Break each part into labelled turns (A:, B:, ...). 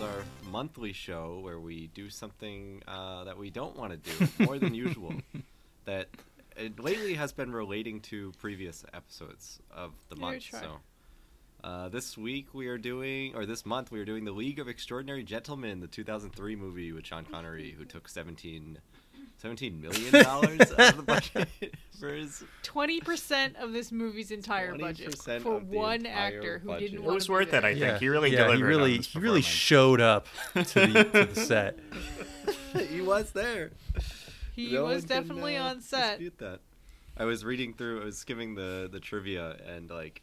A: our monthly show where we do something uh, that we don't want to do more than usual. That it lately has been relating to previous episodes of the
B: Very
A: month.
B: true.
A: So uh, this week we are doing, or this month we are doing, the League of Extraordinary Gentlemen, the 2003 movie with Sean Connery, who took 17, 17 million dollars out of the budget for his
B: Twenty percent of this movie's entire budget
A: 20%
B: for
A: of the
B: one
A: entire
B: actor who
A: budget.
B: didn't.
A: It
B: wanna
C: was
B: be
C: worth it,
B: there.
C: I think. He really
D: yeah,
C: delivered
D: He
C: on
D: really,
C: this
D: he really
C: performance.
D: showed up to the, to the set.
A: he was there.
B: He
A: No
B: was
A: one can,
B: definitely
A: uh,
B: on set.
A: dispute that. I was reading through. I was skimming the the trivia, and like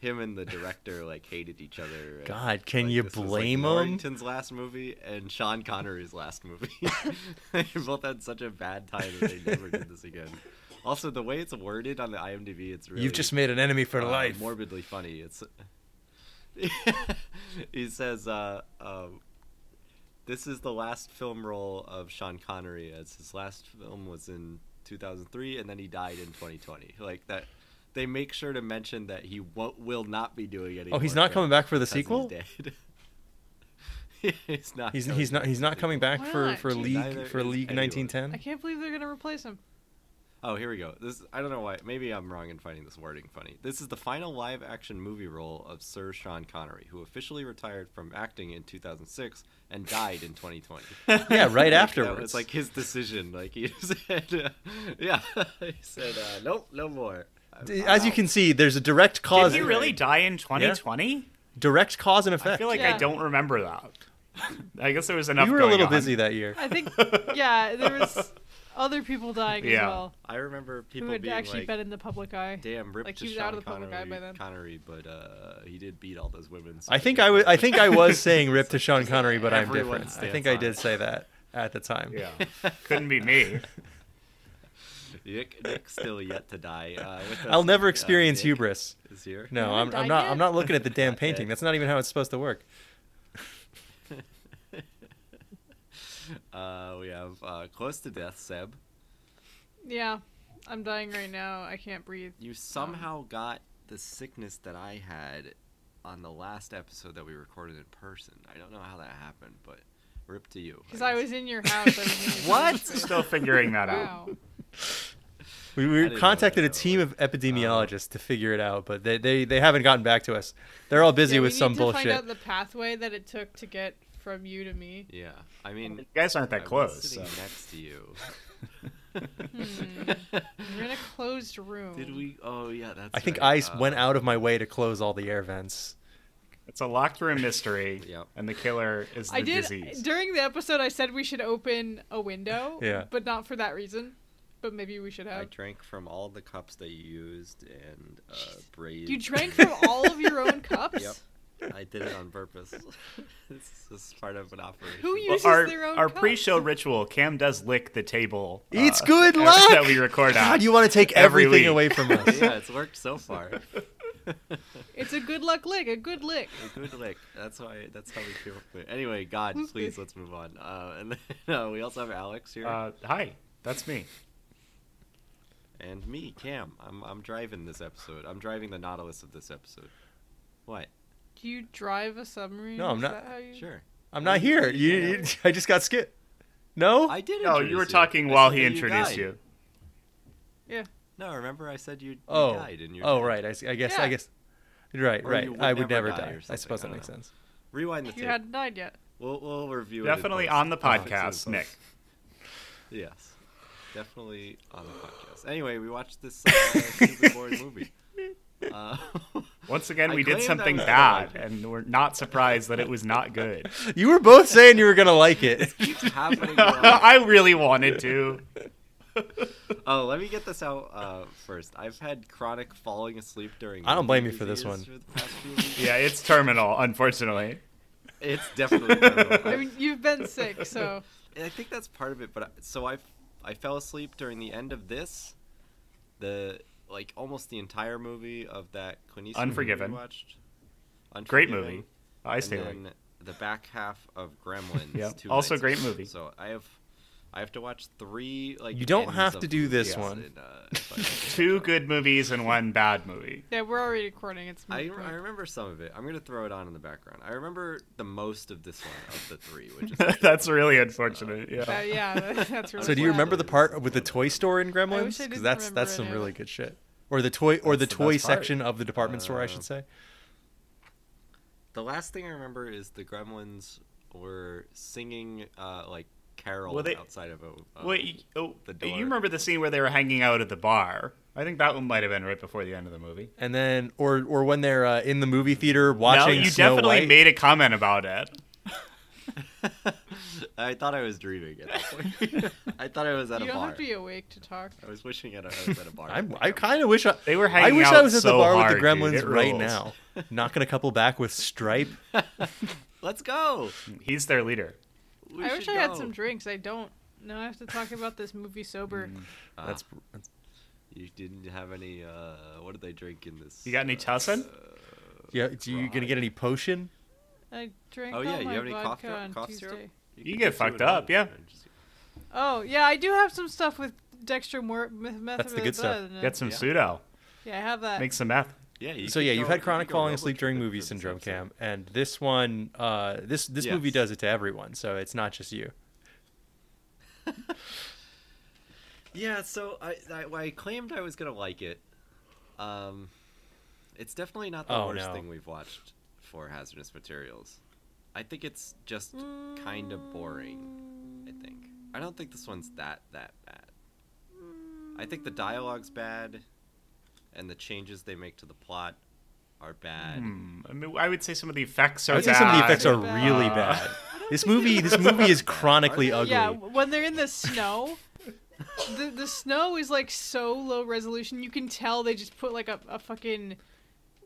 A: him and the director like hated each other. and,
D: God, can
A: like,
D: you
A: this was,
D: blame
A: like,
D: him?
A: Norrington's last movie and Sean Connery's last movie. they both had such a bad time that they never did this again. Also, the way it's worded on the IMDb, it's really
D: You've just made an enemy for
A: uh,
D: life.
A: Morbidly funny. It's he says, uh, um, "This is the last film role of Sean Connery, as his last film was in 2003, and then he died in 2020." Like that, they make sure to mention that he won't, will not be doing any.
D: oh, he's
A: more
D: not coming back for the
A: films
D: sequel.
A: as He's dead. he's not.
D: He's
A: coming
D: he's not he's not
A: back.
D: coming back
B: Why
D: for
B: not?
D: for
B: Jeez.
D: league
A: Neither
D: for
A: is
D: league
A: anyone.
D: 1910.
B: I can't believe they're gonna replace him.
A: Oh, here we go. This I don't know why. Maybe I'm wrong in finding this wording funny. This is the final live-action movie role of Sir Sean Connery, who officially retired from acting in 2006 and died in 2020.
D: Yeah, right
A: That
D: afterwards.
A: was like his decision. Like he said, uh, yeah, he said, uh, nope, no more. I'm-
D: D-
A: I'm
D: As you
A: out.
D: can see, there's a direct
C: Did
D: cause.
C: he really die in 2020?
D: Direct cause and
C: I
D: effect.
C: feel like
B: Yeah.
C: I don't remember that. I guess there was enough.
D: we were a
C: going
D: little
C: on.
D: busy that year.
B: I think, yeah, there was other people dying as
C: Yeah.
B: well
A: I remember
B: who
A: people
B: had
A: being
B: actually
A: like,
B: been in the public eye.
A: "Damn, ripped
B: like,
A: to
B: he was
A: Sean
B: out of the public eye
A: Connery,
B: by then.
A: Connery, but uh, he did beat all those women." so
D: I think I was I think I was saying rip to Sean Connery, but I'm
A: Everyone
D: different. I
A: stands
D: think I
A: on
D: did
A: it.
D: say that at the time.
C: Yeah, couldn't be me.
A: Nick, Nick's still yet to die. Uh, with
D: I'll
A: us,
D: never
A: uh,
D: experience
A: Nick
D: hubris.
A: Is here.
D: No,
B: haven't
D: I'm, I'm
B: died
D: not.
B: yet?
D: I'm not looking at the damn painting.
A: yet.
D: That's not even how it's supposed to work.
A: Uh, we have uh, close to death, Seb.
B: Yeah, I'm dying right now. I can't breathe.
A: You somehow got the sickness that I had on the last episode that we recorded in person. I don't know how that happened, but rip to you.
B: Because I was in your house. I was in your
A: What?
B: room.
C: Still figuring that out.
B: Wow.
D: We,
A: I
D: we
A: didn't know
D: contacted a
A: that, Uh-huh. though.
D: team of epidemiologists to figure it out, but they, they, they haven't gotten back to us. They're all busy
B: Yeah, we
D: with some
B: need
D: bullshit.
B: To find out the pathway that it took to get from you to me.
A: Yeah, I mean,
C: You guys aren't
A: I
C: that
A: was
C: close.
A: sitting
C: So.
A: next to you.
B: You're in a closed room.
A: Did we? Oh yeah, that's.
D: I think
A: right.
D: I
A: Uh,
D: went out of my way to close all the air vents.
C: It's a locked room mystery,
A: Yep.
C: and the killer is the
B: I did
C: disease.
B: during the episode. I said we should open a window.
D: Yeah.
B: But not for that reason. But maybe we should
A: I
B: have.
A: drank from all the cups that you used and uh,
B: Jeez.
A: braised.
B: You drank from all of your own cups.
A: Yep. I did it on purpose. this is part of an operation.
B: Who
C: Well,
B: uses
C: our
B: their own
C: our
B: cups?
C: pre-show ritual, Cam does lick the table.
A: uh,
C: uh,
D: It's good
C: every-
D: luck!
C: that we record on.
D: God, you want to take
C: Every
D: everything away
C: week.
D: from us.
A: yeah, it's worked so far.
B: It's a good luck lick. A good lick.
A: A good lick. That's why. That's how we came up with it. Anyway, God,
B: Who's
A: please
B: this?
A: let's move on. Uh, and then, uh, we also have Alex here
C: uh, hi, that's me.
A: and me, Cam. I'm I'm driving this episode. I'm driving the Nautilus of this episode. What?
B: Do you drive a submarine?
D: No, I'm
B: Is
D: not-
B: that how you-
A: Sure.
D: I'm not here. You, you- I just got skipped. No?
A: I did.
C: No,
A: introduce
C: Oh, you were talking
A: I
C: while
A: said
C: he
A: that
C: introduced
A: died.
C: you.
A: No, remember I said you, you
D: oh.
A: died and you.
D: oh, right. I, s- I guess. I
B: Yeah.
D: guess. Right,
A: Or
D: right.
A: you would
D: I would
A: never
D: never
A: die or
D: die. I
A: something.
D: suppose
A: I
D: that
A: don't
D: makes
A: know.
D: sense.
A: Rewind the
B: You
A: tape.
B: hadn't died yet.
A: We'll we'll review it in
C: Definitely
A: post.
C: on the
D: Oh,
A: We'll fix it in
C: podcast,
A: post.
C: Nick.
A: Yes, definitely on the podcast. Anyway, we watched this uh, stupid boring movie. Uh,
C: Once again,
A: I
C: we did
A: claimed I
C: something
A: was
C: bad,
A: alive.
C: and we're not surprised that it was not good.
D: You were both saying you were going to like it.
A: keeps happening. while-
C: I really wanted to.
A: Oh, let me get this out uh, first. I've had chronic falling asleep during.
D: I don't blame you
A: Lyme
D: for this
A: disease
D: one.
A: for the past few weeks.
C: Yeah, it's terminal, unfortunately.
A: It's definitely. terrible.
B: I mean, you've been sick, so
A: I think that's part of it. But I, so I, I fell asleep during the end of this, the like almost the entire movie of that Clint Eastwood movie
C: Unforgiven.
A: we watched.
C: Great
A: Unforgiven,
C: movie. I
A: and
C: stay awake.
A: then the back half of Gremlins.
C: Yep.
A: two
C: Also
A: nights
C: great
A: ago.
C: movie.
A: So I have, I have to watch three like.
D: You don't
A: ends
D: have
A: of
D: to do this
A: movies
D: one.
A: in, uh, if I remember
C: Two
A: correctly.
C: good movies and one bad movie.
B: Yeah, we're already recording. It's
A: I,
B: moot
A: I
B: point.
A: remember some of it. I'm gonna throw it on in the background. I remember the most of this one of the three, which is
C: That's really unfortunate.
B: Uh,
C: Yeah.
B: yeah, that- that's really
D: So do you
B: sad.
D: remember the part with the toy store in Gremlins?
B: didn't
D: Because that's
B: remember
D: that's some
B: any of
D: really
B: it.
D: good shit. Or the toy or
C: That's
D: the
C: the
D: toy
C: best part.
D: section of the department store, I
A: Uh,
D: should say.
A: the last thing I remember is the Gremlins were singing uh, like carol
C: Well, they-
A: outside of a.
D: Uh,
A: a-
C: Wait, oh,
A: The door.
C: you remember the scene where they were hanging out at the bar? I think that one might have been right before the end of the movie.
D: And then or or when they're uh, in the movie theater watching
C: no, you
D: Snow
C: definitely
D: White.
C: made a comment about it.
A: I thought I was dreaming at that point. I thought I was at
B: You
A: a
B: don't
A: bar.
B: have to be awake to talk.
A: I was wishing at a, I was at a bar.
D: I'm, I kind of wish I,
C: They were
D: I
C: hanging
D: wish
C: out
D: I was at the
C: so
D: bar
C: hard,
D: with
C: dude.
D: the Gremlins
C: It
D: right
C: rules.
D: now. Not gonna couple back with Stripe.
A: Let's go.
C: He's their leader.
A: We
B: I wish
A: should
B: I had
A: go.
B: some drinks. I don't. Now I have to talk about this movie sober.
D: Mm.
A: Ah,
D: That's, that's
A: you didn't have any. Uh, what did they drink in this?
C: You got any
A: uh,
C: tussin?
D: yeah. Do you gonna
A: Right.
D: get any potion?
B: I drank
A: Oh, yeah,
B: all
A: you
B: my
A: have any cough
B: vodka
A: syrup-
B: on
A: cough
B: Tuesday.
A: syrup?
C: You
A: could
C: get
A: do two
C: fucked
A: at
C: up,
A: home.
C: yeah.
B: Oh yeah, I do have some stuff with dextromethorphan.
D: That's the good stuff.
C: Get some
A: Yeah.
C: pseudo.
B: Yeah, I have that.
C: Make some meth.
A: Yeah. You
D: so
A: could
D: yeah,
A: go-
D: you've
A: you
D: had
A: could
D: chronic
A: go
D: falling
A: road
D: asleep
A: trip
D: during
A: for
D: movie
A: this
D: syndrome,
A: episode.
D: Cam, and this one, uh, this this movie
A: Yes.
D: does it to everyone, so it's not just you.
A: Yeah, so I, I I claimed I was gonna like it. Um, it's definitely not the
D: Oh,
A: worst
D: no.
A: thing we've watched for hazardous materials. I think it's just kind of boring. I think I don't think this one's that that bad. I think the dialogue's bad, and the changes they make to the plot are bad.
C: Hmm. I, mean, I would say some of the effects are.
D: I would say some of the
C: bad.
D: effects are
B: Bad.
D: really
C: Uh,
D: bad. This movie, this movie is chronically ugly.
B: Yeah, when they're in the snow, the the snow is like so low resolution. You can tell they just put like a, a fucking.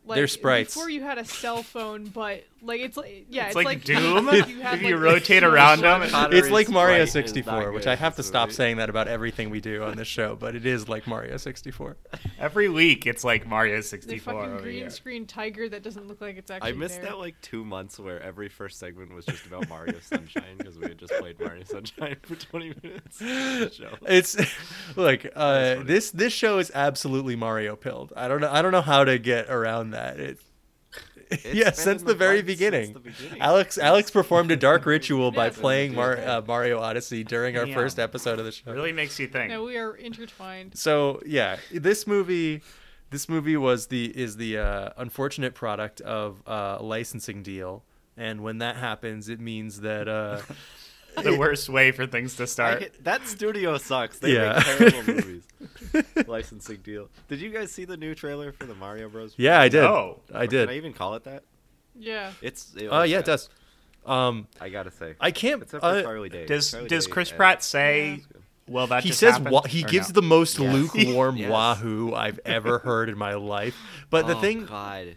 B: Like,
D: They're sprites.
B: Before you had a cell phone, but like it's like yeah,
C: It's
B: it's,
C: like Doom.
B: you
C: If
B: had,
C: you
B: like,
C: rotate
B: a
C: around
B: snow-
C: them,
A: Connery's
D: It's like Mario
A: Sprite is not
D: 64, which
A: good
D: I
A: in
D: have to
A: this
D: stop
A: movie.
D: saying that about everything we do on this show, but it is like Mario 64.
C: Every week, it's like Mario
B: The
C: 64.
B: fucking
C: over
B: green
C: here.
B: screen tiger that doesn't look like it's actually.
A: I missed
B: there.
A: that like two months where every first segment was just about Mario Sunshine because we had just played Mario Sunshine for 20 minutes. of the show.
D: It's look, uh,
A: funny.
D: this this show is absolutely Mario pilled. I don't know, I don't know how to get around that. It, yeah,
A: been
D: since
A: in
D: the,
A: the
D: very
A: blood since
D: beginning.
A: the beginning.
D: Alex Alex performed a dark ritual by
B: Yes.
D: playing Mar- uh, Mario Odyssey during our
C: Yeah.
D: first episode of the show.
C: Really makes you think.
B: No, we are intertwined.
D: so yeah this movie this movie was the is the uh, unfortunate product of uh, a licensing deal and when that happens it means that uh,
C: the worst way for things to
A: I
C: start.
A: hit- that studio sucks. They
D: Yeah.
A: make terrible movies. Licensing deal. Did you guys see the new trailer for the Mario Bros?
D: yeah i did
C: No.
D: i
A: Or Can
D: did
A: I even call it that?
B: Yeah.
A: It's. It
D: oh
A: was
D: yeah
A: bad.
D: it does um,
A: I gotta say.
D: i can't
A: Except for
D: uh,
A: Charlie Day.
C: Does
A: Charlie
C: Does
A: Day
C: Chris
A: and-
C: Pratt say? Well, that
D: he
C: just
D: says
C: happened,"
D: wa- he
C: or
D: gives
C: no?
D: the most
A: Yes.
D: lukewarm
A: Yes.
D: wahoo i've ever heard in my life but the
A: Oh,
D: thing
A: God.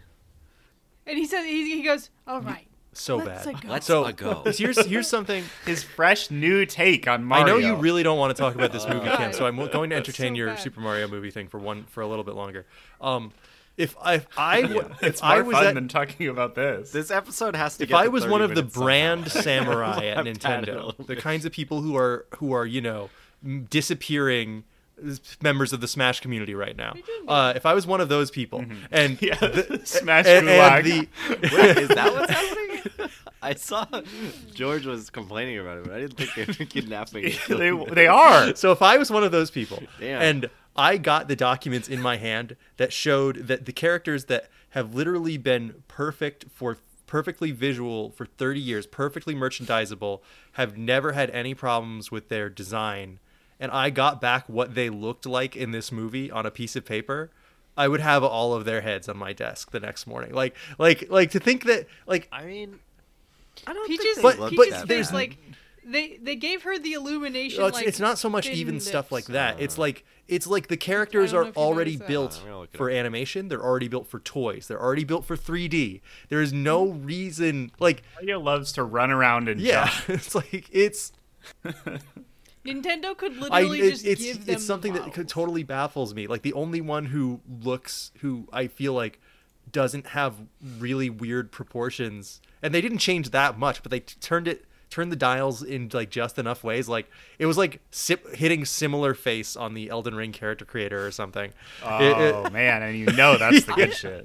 B: And he says he, he goes, "All right,
D: so
B: Let's
D: bad
B: go.
A: Let's
D: so
A: go.
D: here's here's something
C: his fresh new take on
D: I
C: Mario.
D: know you really don't want to talk about this movie,
B: God.
D: Cam. So I'm going to entertain
B: So
D: your
B: bad.
D: Super Mario movie thing for one for a little bit longer. Um, if I if I w-
C: It's
D: if
C: more
D: I was
C: fun
D: at-
C: than talking about this.
A: This episode has to.
D: if
A: get
D: I
A: to
D: was
A: 30
D: one of the
A: minutes somehow.
D: brand samurai at
C: I'm tired a
D: Nintendo,
C: little
D: the kinds of people who are who are you know m- disappearing s- members of the Smash community right now.
B: doing
D: Uh, if I was one of those people, and
C: Mm-hmm. Yeah,
D: the-
C: Smash
D: and,
C: Gulag.
D: and the
A: Wait, is that what's happening? I saw George was complaining about it, but I didn't think they were kidnapping. and
C: they
A: killing him.
C: they are.
D: So if I was one of those people
A: Damn.
D: and I got the documents in my hand that showed that the characters that have literally been perfect for perfectly visual for 30 years, perfectly merchandisable, have never had any problems with their design, and I got back what they looked like in this movie on a piece of paper, I would have all of their heads on my desk the next morning. Like like like to think that like
A: I mean, I don't
B: Peaches,
A: think
D: But-
A: they look
B: Peaches
A: that
B: face
A: bad.
B: like they they gave her the illumination.
D: Well, it's,
B: like,
D: it's not so much
B: thin
D: even stuff like
B: lips.
D: that. It's
A: Uh.
D: like it's like the characters
B: I don't
D: are
B: know if you
D: already
B: noticed that.
D: built
A: I'm gonna look it
D: for
A: up.
D: animation. They're already built for toys. They're already built for 3D. There is no reason like
C: Mario loves to run around and
D: yeah.
C: jump.
D: It's like it's
B: Nintendo could
D: I
B: literally
D: it,
B: just
D: it's
B: give them
D: it's something
B: the
D: that
B: models.
D: could- totally baffles me. Like the only one who looks who I feel like doesn't have really weird proportions, and they didn't change that much, but they t- turned it turn the dials in like just enough ways. Like it was like sip, hitting similar face on the Elden Ring character creator or something. It- it-
C: Oh man, and you know that's the good shit.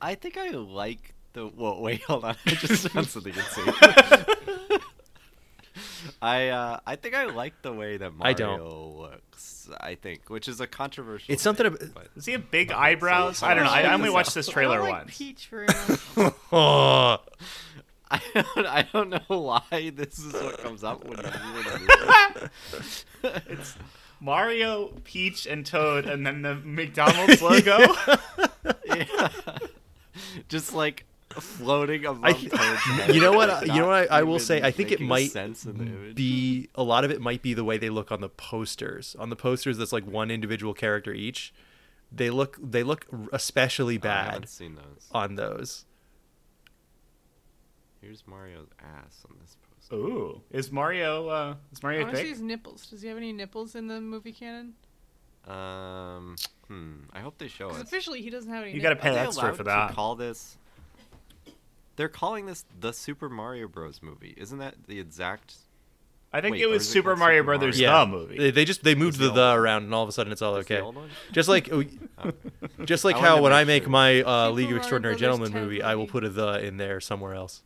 A: I think I like the. Whoa, wait, hold on. I just found something insane. I uh, I think I like the way that Mario
D: I don't.
A: looks. I think, which is a controversial.
D: It's something.
A: thing,
D: ab-
A: but-
C: Does he have big eyebrows? I don't know. I, I only watched this trailer
B: I don't like
C: once.
B: Peach very much.
D: Oh.
A: I don't, I don't know why this is what comes up when you do it. it's
C: Mario, Peach, and Toad, and then the McDonald's logo.
A: yeah. just like floating above.
D: I-
A: Toad's
D: you know what?
A: head,
D: I- you know
A: not
D: what? I, I will
A: even
D: say. I think it
A: making
D: might
A: sense in the image.
D: be a lot of it might be the way they look on the posters. On the posters, that's like one individual character each. They look they look r- especially
A: Oh, I haven't
D: bad
A: seen those.
D: on those.
A: Here's Mario's ass on this poster.
C: Ooh, is Mario? Uh, is Mario
B: I want to see
C: thick?
B: his nipples. Does he have any nipples in the movie canon?
A: Um, hmm. I hope they show
B: Because
A: us.
B: officially he doesn't have any.
C: Oh, You gotta
B: nipples.
C: pay
A: Are they
C: extra for
A: allowed to
C: that.
A: Call this. They're calling this the Super Mario Bros. movie. Isn't that the exact?
C: I think
A: Wait,
C: it
A: or
C: was
A: is it
C: Super
A: called
C: Mario
A: Super Mario?
C: Brothers
D: Yeah,
C: the movie.
D: They, they just they moved
A: the
D: the
A: old
D: the
A: one.
D: around, and all of a sudden it's all
A: Is the
D: Oh, okay.
A: old one?
D: Just like oh, just like
A: I
D: how
A: wanted
D: when
A: to
D: I
A: make
D: make
A: sure.
D: my uh,
B: Super
D: League of
B: Mario
D: Extraordinary
B: Brothers
D: Gentlemen
B: 10
D: movie, I will
B: movie.
D: put a the in there somewhere else.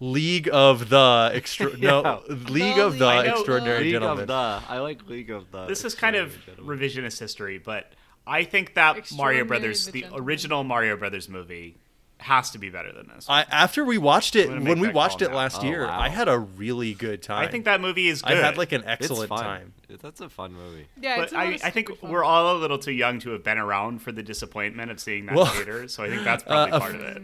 D: League of the extra no
A: Yeah.
D: League
B: The
D: of
B: League
D: the
B: of the-
D: Extraordinary
A: League
D: Gentlemen.
A: of the. I like League of the.
C: this is kind of
A: Extraordinary Gentlemen.
C: revisionist history, but I think that Mario
B: Extraordinary
C: Brothers,
B: the
C: the
B: Gentleman.
C: original Mario Brothers movie, has to be better than this.
D: I after we watched it
C: I'm gonna
D: when
C: make
D: we
C: that
D: watched
C: call
D: it
C: now.
D: last
A: Oh,
D: year,
A: wow.
D: I had a really good time.
C: I think that movie is good.
D: I had like an
A: It's
D: excellent
A: fun.
D: time.
A: It- That's a fun movie.
B: Yeah, it's
C: but
B: a lot
C: I,
B: of
C: I think
B: stupid fun.
C: we're all a little too young to have been around for the disappointment of seeing that
D: Well,
C: theater, so I think that's probably
D: uh,
C: part of it.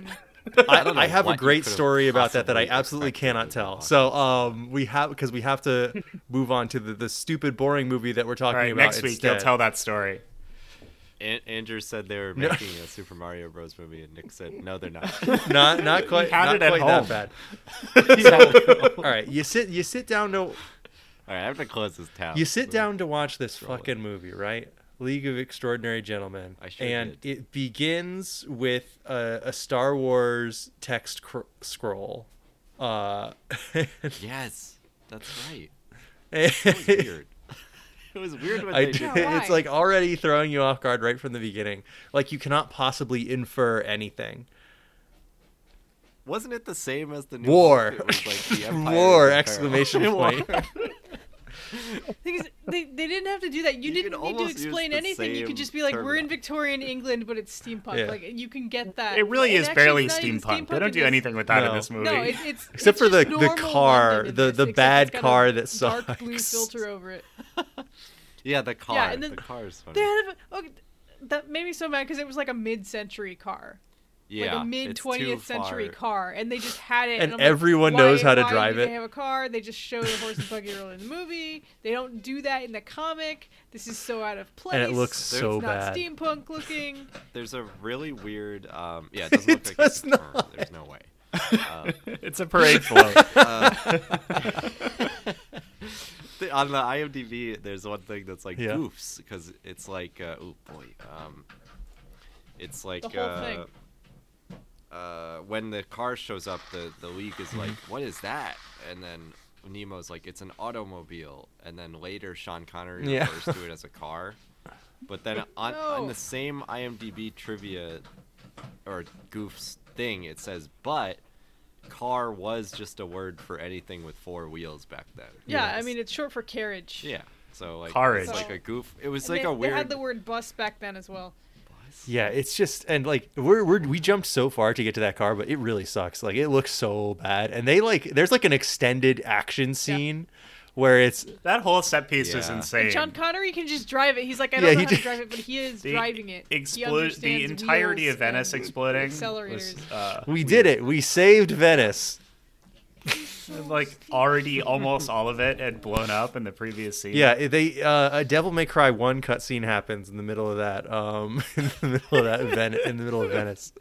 D: I,
A: don't know
D: I have
A: what
D: a
A: you
D: great
A: could have
D: story about that that I
A: possibly
D: absolutely
A: expected
D: cannot
A: to be
D: tell.
A: watching.
D: So um, we have because we have to move on to the, the stupid boring movie that we're
C: All
D: talking
C: right,
D: about.
C: next week you'll
D: instead.
C: tell that story.
A: An- Andrew said they were
D: No.
A: making a Super Mario Bros. movie, and Nick said no, they're not.
D: Not not quite
C: had
D: not
C: it at
D: quite
C: home.
D: that bad.
A: So-
D: All right, you sit you sit down to
A: All right, I have to close this tab.
D: you sit down to watch this
A: Scroll it.
D: fucking movie, right? League of Extraordinary Gentlemen.
A: I sure
D: and
A: did.
D: it begins with a, a Star Wars text cr- scroll. Uh,
A: Yes, that's right. It was
D: weird.
A: weird. it was weird when
D: I
A: they
D: do,
A: did.
B: Yeah,
A: that.
D: it's
B: why?
D: like already throwing you off guard right from the beginning. Like you cannot possibly infer anything.
A: Wasn't it the same as the new
D: War.
A: Hope? It was like the Empire
D: War!
A: was in peril.
D: Exclamation
A: War.
D: point.
B: Thing is, they, they didn't have to do that. You,
A: You
B: didn't
A: could
B: need to
A: almost use
B: explain
A: the
B: anything. You could
A: same
B: just be like, "We're in
A: terminology.
B: Victorian England, but it's steampunk."
D: Yeah.
B: Like you can get that.
C: It really
B: And
C: is
B: actually,
C: barely
B: it's not even
C: steampunk. They
B: steampunk,
C: don't
B: it
C: do
B: is-
C: anything with that
D: No.
C: in this movie.
B: No, it, it's
D: Except
B: it's
D: for the-
B: just
D: the
B: normal
D: car,
B: London in
D: the-
B: this,
D: the
B: except
D: bad
B: it's got a
D: car that
B: dark blue
D: sucks.
B: filter over it.
A: Yeah, the car.
B: and then
A: the car is funny.
B: They had a, okay, that made me so mad because it was like a mid-century car,
A: yeah,
B: like a mid twentieth century
A: car.
B: car, and they just had it.
D: And
B: I'm
D: everyone
B: why-
D: knows how to
B: why
D: drive
B: do
D: it.
B: They have a car. They just show the horse and buggy early in the movie. They don't do that in the comic. This is so out of place.
D: And it looks so
B: it's not
D: bad.
B: steampunk looking.
A: There's a really weird. Um, yeah, it doesn't
D: It
A: look like it's
D: does
A: a car.
D: not.
A: There's no way. Uh,
C: it's a parade float.
A: the, on the IMDb, there's one thing that's like
D: Yeah.
A: goofs because it's like, uh, oh boy, um, it's like
B: whole
A: uh,
B: thing.
A: uh, when the car shows up, the the league
D: Mm-hmm.
A: is like, what is that? And then Nemo's like, it's an automobile. And then later, Sean Connery
D: Yeah.
A: refers to it as a car. But then on, on
B: No.
A: the same IMDb trivia or goofs thing, it says, but car was just a word for anything with four wheels back then.
B: Yeah, I
A: Yes.
B: mean it's short for carriage.
A: Yeah. So like
C: Courage.
A: It's like a goof. It was
B: And
A: like
B: they,
A: a
B: They had
A: weird.
B: the word bus back then as well.
D: Yeah, it's just and like we're, we're we jumped so far to get to that car, but it really sucks. Like it looks so bad, and they like there's like an extended action scene where it's
C: that whole set piece is
A: Yeah.
C: insane.
B: John Connery can just drive it. He's like, I
D: Yeah,
B: don't know
D: he
B: how to
D: did-
B: drive it, but he is
C: The
B: driving it. He
C: explo- the
B: understands
C: entirety
B: wheels
C: of Venice
B: and
C: exploding.
B: accelerators.
C: Was, uh,
D: we did it, we saved Venice.
C: like already almost all of it had blown up in the previous scene.
D: Yeah, they uh, a Devil May Cry one cutscene happens in the middle of that um in the middle of that event in the middle of Venice,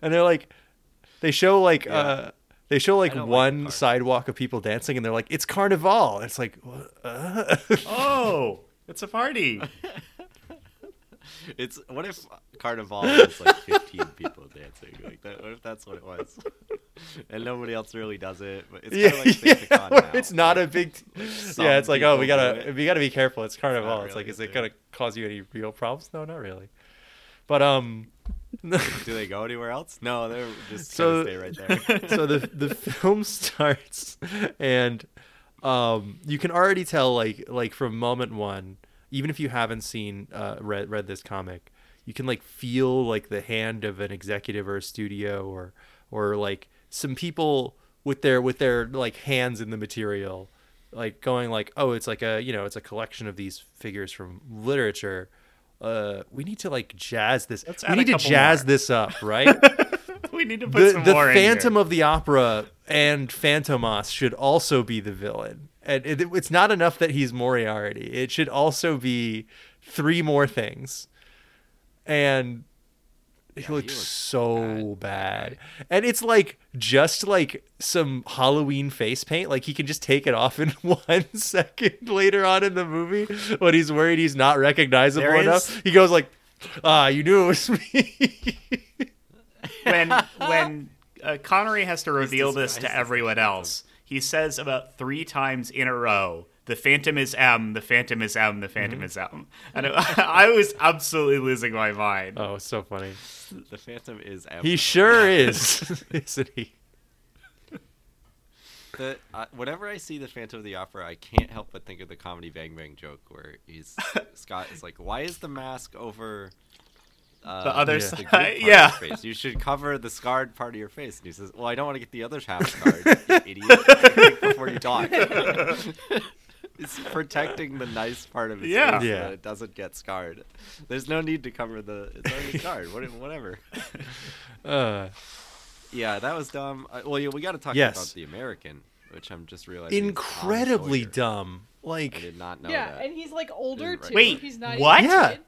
D: and they're like, they show like uh they show like
A: I don't like
D: one
A: cars.
D: sidewalk of people dancing, and they're like, it's Carnival. It's like, wha- uh?
C: Oh, it's a party.
A: It's what if Carnival was like 15 people? dancing. Like that, what if that's what it was? and nobody else really does it. But it's
D: Yeah,
A: kind of like Saint
D: yeah,
A: Picon now.
D: it's not a big.
A: Some
D: Yeah, it's like oh, we
A: people do
D: gotta
A: it.
D: we gotta be careful. It's carnival.
A: not
D: It's like
A: really
D: is
A: a
D: it
A: thing.
D: gonna cause you any real problems? No, not really. But um,
A: Do they go anywhere else? No, they're just
D: So-
A: kind of stay right there.
D: so the the film starts and um you can already tell like like from moment one even if you haven't seen uh read read this comic you can like feel like the hand of an executive or a studio or or like some people with their with their like hands in the material like going like oh it's like a you know it's a collection of these figures from literature uh we need to like jazz this
C: Let's
D: we
C: add a
D: need to
C: couple
D: jazz
C: more."
D: this up right
C: we need to put
D: the,
C: some
D: the
C: more
D: Phantom
C: in
D: of the Opera and Phantomas should also be the villain. And it, it's not enough that he's Moriarty. It should also be three more things. And he
A: he
D: looks
A: looks
D: so bad. And it's like just like some Halloween face paint. Like he can just take it off in one second later on in the movie when he's worried he's not recognizable
C: There
D: enough. He goes like, "Ah, you knew it was me."
C: here. when when uh, Connery has to reveal this
A: disguised
C: to
A: as
C: everyone else, he says about three times in a row. The Phantom is M. The Phantom is M. The Phantom
D: Mm-hmm.
C: is M. And it- I was absolutely losing my mind.
D: oh, it's so funny.
A: the Phantom is. Everywhere.
D: He sure is, isn't he?
A: The, uh, whenever I see the Phantom of the Opera, I can't help but think of the comedy Bang Bang joke where he's Scott is like, "Why is the mask over uh,
C: The other
D: yeah.
A: the good
C: side,
A: part of your
C: yeah.
A: face? You should cover the scarred part of your face." And he says, "Well, I don't want to get the other half scarred, you idiot, before you talk." It's protecting the nice part of his
C: Yeah.
A: face so
D: Yeah.
A: that it doesn't get scarred. There's no need to cover the it's already scarred. What, whatever.
D: Uh,
A: Yeah, that was dumb. Uh, well, yeah, we got to talk
D: Yes.
A: about the American, which I'm just realizing. is Tom
D: incredibly
A: Sawyer.
D: dumb.
A: I
D: Like
A: did not know
B: yeah,
A: that.
B: and he's like older
A: Right.
B: too.
C: Wait,
B: he's not
C: what?
B: Even
D: Yeah.
B: kid.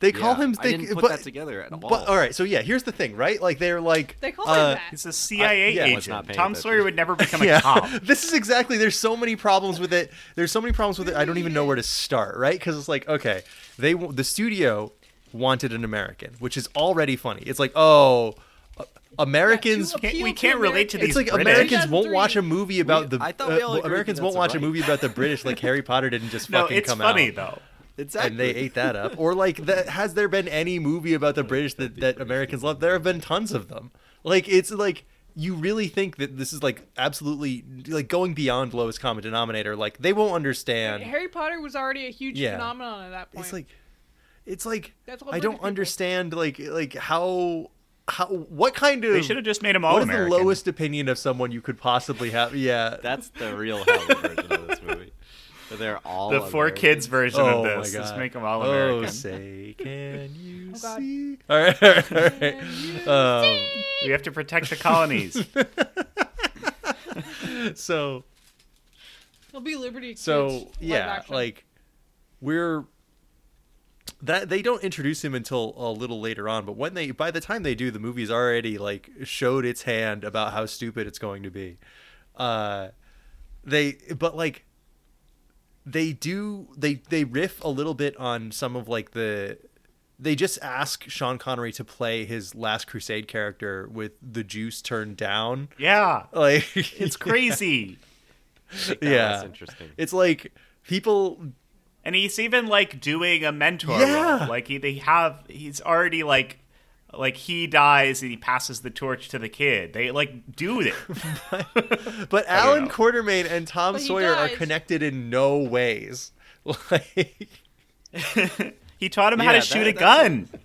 D: they call
A: Yeah,
D: him.
A: I
D: They,
A: didn't put
D: but,
A: that together at all.
D: But all right, so yeah, here's the thing, right? Like they're like
B: They call
D: uh,
B: him that.
C: He's a CIA
D: yeah,
A: let's not
C: agent.
A: pay
C: Tom
A: attention.
C: Sawyer would never become a
D: yeah.
C: cop.
D: This is exactly. There's so many problems with it. There's so many problems with it. I don't even know where to start, right? Because it's like, okay, they w- the studio wanted an American, which is already funny. It's like, oh, uh, Americans.
B: Yeah, to
C: Can't- we
B: appeal to
C: can't relate to
B: Americans.
D: It's
C: these
D: like
C: British.
D: Americans won't watch a movie about
A: We-
D: the
A: I thought we all
D: uh,
A: agreed
D: Americans
A: that
D: won't
A: that's
D: watch a
A: right.
D: movie about the British like Harry Potter didn't just
C: No,
D: fucking
C: it's
D: come
C: funny
D: out.
C: though.
A: exactly.
D: and they ate that up. Or like, that, has there been any movie about the British that, that Americans love? There have been tons of them. Like, it's like you really think that this is like absolutely like going beyond lowest common denominator. Like, they won't understand.
B: Harry Potter was already a huge
D: Yeah.
B: phenomenon at that point.
D: It's like, it's like
B: That's
D: I
B: what British
D: don't
B: people-
D: understand. Like, like how how what kind of
C: They should have just made him all
D: what is
C: American.
D: the lowest opinion of someone you could possibly have? Yeah,
A: That's the real hell version of this movie. So they're all
C: the four
A: American.
C: kids version of this. Let's make them all American.
D: Oh, say can you
B: Oh, God.
D: see? All right, all right, all right. Um,
C: We have to protect the colonies.
D: so
B: It'll be Liberty. Kids,
D: so
B: live
D: yeah,
B: action.
D: like we're that they don't introduce him until a little later on. But when they by the time they do, the movie's already like showed its hand about how stupid it's going to be. Uh, they but like they do they they riff a little bit on some of like the they just ask Sean Connery to play his Last Crusade character with the juice turned down.
C: yeah,
D: Like
C: it's crazy.
A: Make that
D: Yeah.
A: less interesting.
D: It's like people
C: And he's even like doing a mentor
D: Yeah.
C: role. Like he, they have, he's already like, like he dies and he passes the torch to the kid. They like do it.
D: But
C: don't
D: Alan
C: know.
D: Quartermain and Tom
B: But he
D: Sawyer are
B: dies.
D: connected in no ways. Like,
C: he taught him how
A: Yeah,
C: to shoot
A: that-
C: a
A: that's-
C: gun.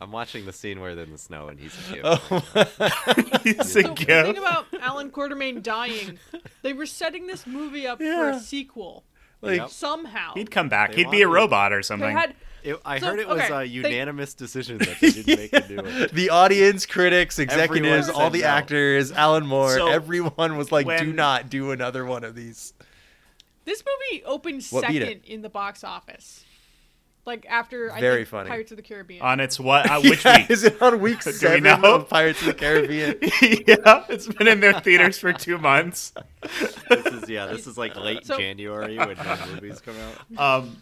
A: I'm watching the scene where they're in the snow and he's a kid.
D: Oh.
C: he's
B: So
C: a
B: the thing
C: goat.
B: about Alan Quartermain dying, they were setting this movie up for
D: Yeah.
B: a sequel
D: like
A: Yep.
B: somehow.
C: He'd come back.
A: They
C: He'd be a
A: wanted-
C: robot or
B: they
C: something.
B: had
A: It- I
B: So,
A: heard it was
B: okay,
A: a
B: they-
A: unanimous decision that they didn't make a new one.
D: the audience, critics, executives,
A: Everyone
D: all
A: said
D: the
A: no.
D: actors, Alan Moore,
C: So,
D: everyone was like, "Do
C: when-
D: not do another one of these."
B: this movie opened
D: What beat
B: second in the box office. Like after I
D: Very
B: think,
D: funny.
B: Pirates of the Caribbean.
C: On its what? Uh, which
D: Yeah,
C: week?
D: Is it on week
C: Do we
D: seven
C: know?
D: of Pirates of the Caribbean?
C: yeah, it's been in their theaters for two months.
A: This is yeah, this is like late
B: So-
A: January when the movies come out.
C: Um,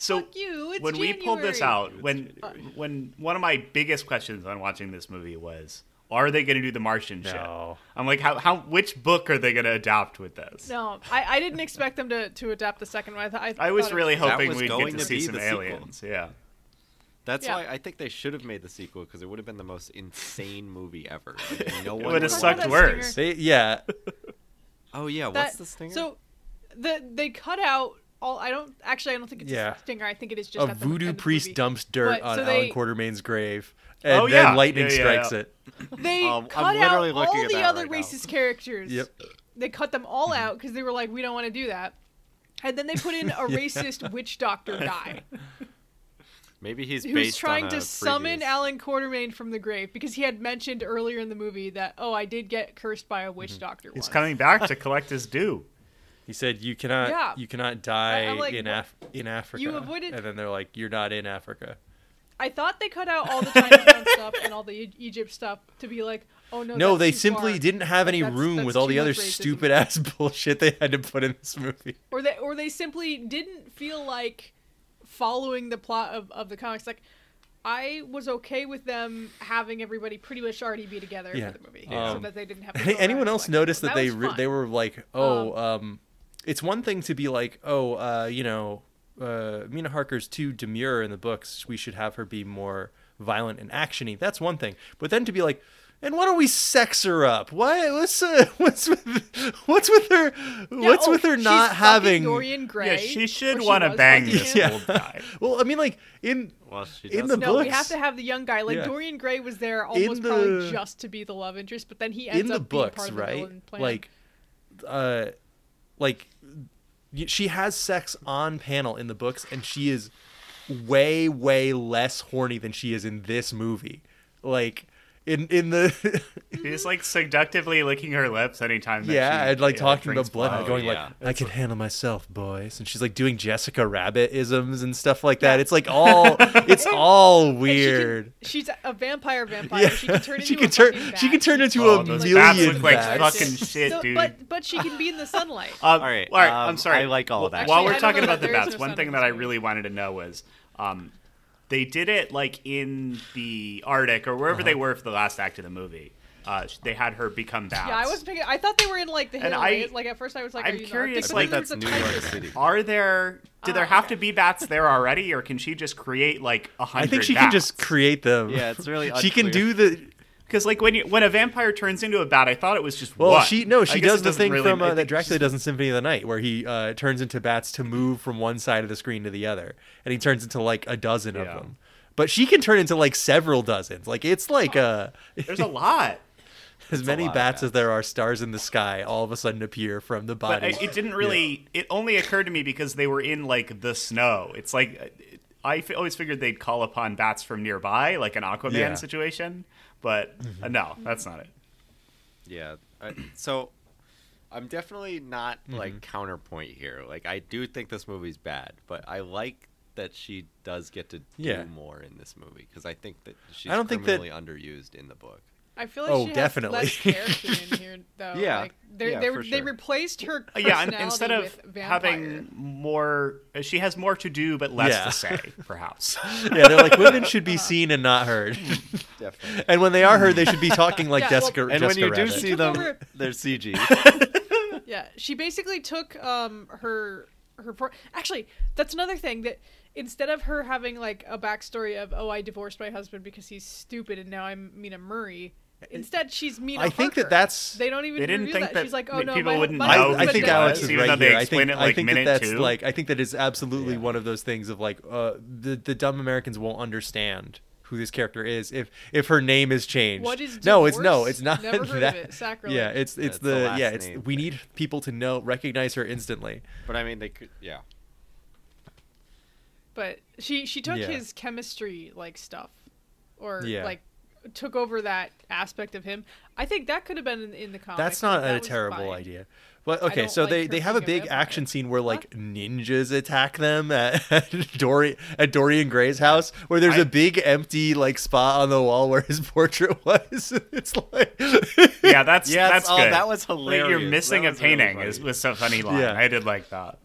C: So
B: Fuck you, it's
C: when we pulled this
B: January.
C: out, when when one of my biggest questions on watching this movie was, are they going to do the Martian shit?
D: No.
C: I'm like, how how which book are they going to adopt with this?
B: No, I, I didn't expect them to, to adapt the second one. I, th- I,
C: I was
B: thought it
C: really
A: That
C: hoping
A: was
C: we'd
A: going
C: get to
A: to
C: see
A: be
C: some
A: the sequel.
C: aliens. Yeah.
A: That's
B: Yeah.
A: why I think they should have made the sequel because it would have been the most insane movie ever. Like, no one
C: would have
A: would
C: sucked
A: want-
B: that
C: worse.
D: They, yeah,
A: Oh yeah,
B: that-
A: what's the stinger?
B: So, the they cut out all. I don't actually. I don't think it's
D: Yeah.
B: a stinger. I think it is just
D: a
B: at the end
D: voodoo
B: of the
D: priest
B: movie.
D: dumps dirt
B: But-
D: on
B: so
D: Alan
B: they-
D: Quartermain's grave, and
C: Oh,
D: then
C: yeah.
D: lightning
C: Yeah, yeah,
D: strikes
C: yeah.
D: it.
B: They
A: Um, I'm
B: cut out
A: literally looking
B: all
A: at
B: the
A: that
B: other
A: right now.
B: racist characters.
D: Yep.
B: They cut them all out because they were like, we don't want to do that. And then they put in a racist witch doctor guy
A: Maybe he's
B: who's
A: based
B: trying
A: on
B: to
A: a
B: summon
A: previous-
B: Alan Quartermain from the grave because he had mentioned earlier in the movie that, oh, I did get cursed by a witch doctor.
C: He's
B: once."
C: coming back to collect his due.
D: He said, "You cannot,
B: Yeah.
D: you cannot die
B: I'm like,
D: in
B: what?
D: Af- in Africa."
B: avoided-
D: and then they're like, "You're not in Africa."
B: I thought they cut out all the Chinatown stuff and all the E- Egypt stuff to be like, oh no.
D: no,
B: that's
D: they
B: too
D: simply
B: far.
D: didn't have any
B: That's-
D: room
B: that's
D: with all
B: too
D: the other
B: much racism.
D: stupid ass bullshit they had to put in this movie.
B: or they or they simply didn't feel like following the plot of, of the comics like i was okay with them having everybody pretty much already be together
D: Yeah.
B: for the movie so
D: Um,
B: that they didn't have to
D: Any-
B: go
D: Anyone
B: around
D: else
B: collecting
D: notice that,
B: people.
D: they
B: was
D: re-
B: fun.
D: they were like, "Oh, um, it's one thing to be like, oh, uh, you know, uh, Mina Harker's too demure in the books. We should have her be more violent and actiony." That's one thing, but then to be like. And why don't we sex her up? Why? What's uh, what's with what's with her?
B: Yeah,
D: what's
B: oh,
D: with her
B: she's
D: not
B: fucking
D: having?
B: Dorian Gray
C: Yeah, she should
B: or
C: want to
B: was
C: bang
B: fucking
C: this
B: him.
D: Yeah.
C: old guy.
D: Well, I mean, like in
A: Well, she
D: in
A: does
D: the
A: have-
B: no we have
D: books-
B: to have the young guy like
D: Yeah.
B: dorian gray was there almost
D: the-
B: probably just to be the love interest but then he ends
D: in the
B: up being part
D: books,
B: of the
D: right?
B: villain plan.
D: Like, uh, like y- she has sex on panel in the books, and she is way, way less horny than she is in this movie. Like in in the
C: He's like seductively licking her lips anytime. That
D: yeah,
C: she,
D: and like
C: yeah,
D: talking
C: drinks
D: about blood,
C: blood.
D: and going
A: yeah.
D: like, "I can handle myself, boys," and she's like doing Jessica Rabbit isms and stuff like that. It's like all it's all
B: And she can-
D: weird.
B: she's a vampire vampire
D: Yeah,
B: she can turn into
D: she
B: a
D: can turn.
B: fucking
D: She can
B: bat.
D: turn into
C: Oh,
D: a
C: those
D: million
C: bats look like
D: bats.
C: fucking shit,
B: So-
C: dude.
B: But but she can be in the sunlight.
A: All
C: Um,
A: right,
C: all right.
A: um,
C: I'm sorry.
A: I like all of
C: Wh-
A: that.
C: While
B: Actually,
C: we're
B: I don't
C: talking
B: know
C: about
B: that
C: the
B: there is
C: bats,
B: no
C: one
B: sound
C: thing
B: in
C: that
B: this
C: I
B: movie.
C: really wanted to know was, um, they did it like in the Arctic or wherever
D: Uh-huh.
C: they were for the last act of the movie. Uh, sh- they had her become bats.
B: yeah, I was picking. I thought they were in like the
C: And
B: Himalayas.
C: I-
B: like at first, I was like,
C: I'm
B: "Are you in the
C: curious,
B: Arctic?" But
C: like,
B: then there's
A: that's
B: a
A: New York
B: tiger.
A: City.
C: Are there? Do
B: Ah,
C: there have
B: okay.
C: to be bats there already, or can she just create like a
D: I
C: hundred?
D: think she
C: bats?
D: can just create them.
A: Yeah, it's really
D: she can
A: unclear.
D: do the.
C: Because like when you when a vampire turns into a bat, I thought it was just
D: Well,
C: one.
D: she no,
C: I
D: she
C: guess
D: does
C: it
D: the
C: doesn't
D: thing
C: really-
D: from
C: I
D: uh, that
C: think
D: Dracula
C: she's-
D: does in Symphony of the Night, where he uh, turns into bats to move from one side of the screen to the other, and he turns into like a dozen
C: Yeah.
D: of them. But she can turn into like several dozens. Like it's like uh,
C: There's a lot.
D: as many
A: lot of
D: bats, as there are stars in the sky. All of a sudden appear from the
C: but
D: body.
C: I, it didn't really it only occurred to me because they were in like the snow it's like i f- always figured they'd call upon bats from nearby like an aquaman
D: Yeah.
C: situation but
A: Mm-hmm.
C: uh, no that's not it
A: Yeah. I, so I'm definitely not like counterpoint here. Like I do think this movie's bad, but I like that she does get to do
D: Yeah.
A: more in this movie because I think that she's
D: I don't think that-
A: criminally underused in the book.
B: I feel like
D: Oh,
B: she
D: definitely.
B: has less character in here, though.
A: Yeah.
B: like, they
A: Yeah,
B: they,
A: for
B: were- they
A: sure.
B: replaced her.
C: Uh, yeah and
B: personality
C: instead of
B: with vampire.
C: having more uh, she has more to do but less
D: Yeah.
C: to say perhaps
D: yeah, they're like women should be seen and not heard,
A: Definitely.
D: and when they are heard, they should be talking like
B: Yeah, well-
D: Jessica.
A: And
D: Jessica
A: when you do
D: Rabbit.
A: see
B: Took
A: them,
B: over-
A: they're CG.
B: Yeah, she basically took um her her por- actually that's another thing that instead of her having like a backstory of oh I divorced my husband because he's stupid and now I'm Mina Murray instead she's Mina.
D: I think
B: Harker.
D: that that's
B: they don't even
C: they didn't
B: reveal
C: think
B: that.
C: that
B: she's like oh
C: m-
B: no
C: people
B: my,
C: wouldn't
B: my
C: know
B: husband
D: I think
C: was,
D: Alex is
B: died."
C: even though
D: right
C: they
D: here. I
C: explain
D: think,
C: it, like,
D: I think
C: minute
D: that that's
C: two.
D: like I think that is absolutely
A: Yeah.
D: one of those things of like uh, the the dumb Americans won't understand who this character is if if her name is changed.
B: What is
D: no? It's no.
B: divorce?
D: It's not
B: Never heard of
D: that.
B: it. Sacrilege.
D: Yeah, it's
A: That's
D: it's
A: the
D: the,
A: last
D: yeah. It's
A: name
D: we
A: thing.
D: need people to know recognize her instantly.
A: but I mean, they could. Yeah.
B: but she she took
D: Yeah.
B: his chemistry like stuff or
D: Yeah.
B: like took over that aspect of him. I think that could have been in, in the comics.
D: That's not
B: That
D: a
B: was
D: terrible
B: fine.
D: idea. But okay,
B: don't
D: so
B: like
D: they
B: her
D: they have a
B: being a
D: big
B: vampire.
D: action scene where like ninjas attack them at, at Dorian at Dorian Gray's house, where there's
C: I-
D: a big empty like spot on the wall where his portrait was. it's like
C: yeah that's
A: Yes,
C: that's
A: oh,
C: good
A: that was
C: Like,
A: hilarious.
C: you're missing
A: That
C: a
A: was really
C: painting
A: funny.
C: is was so funny line
D: Yeah.
C: i did like that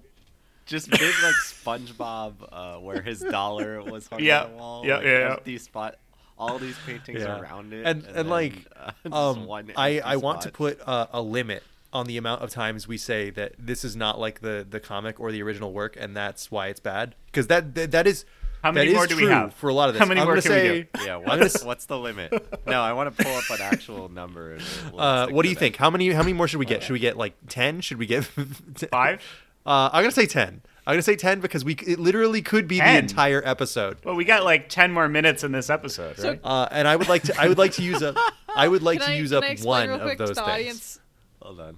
A: just big like SpongeBob, uh, where his dollar was hung
C: Yeah,
A: on the wall.
C: yeah,
A: like,
C: yeah, yeah.
A: Empty spot. All these paintings around it,
D: and and,
A: then,
D: like
A: uh, just
D: um,
A: one
D: I
A: empty
D: I want to
A: spot.
D: put uh, a limit on the amount of times we say that this is not like the the comic or the original work, and that's why it's bad. Because that, that that is
C: How many
D: that is
C: more do we
D: true
C: have?
D: for a lot of this.
C: How many
D: I'm
C: more
D: gonna
C: can we
D: say,
C: do?
A: Yeah,
D: I'm gonna
A: what's,
D: s-
A: what's the limit? No, I want to pull up an actual number. and we'll- we'll
D: Uh,
A: stick
D: what
A: to
D: do you
A: that.
D: think? How many? How many more should we get? Should we get like ten? Should we get
C: Five?
D: Uh, I'm gonna say ten. I'm gonna say ten because we c- it literally could be the
C: 10?
D: entire episode.
C: Well, we got like ten more minutes in this episode,
B: So-
C: right?
D: Uh, and I would like to. I would like to use up. I would like
B: Can
D: to
B: I-
D: use
B: can
D: up
B: I
D: one
B: explain real
D: of
B: quick
D: those
B: to the
D: things.
B: audience?
A: Hold on.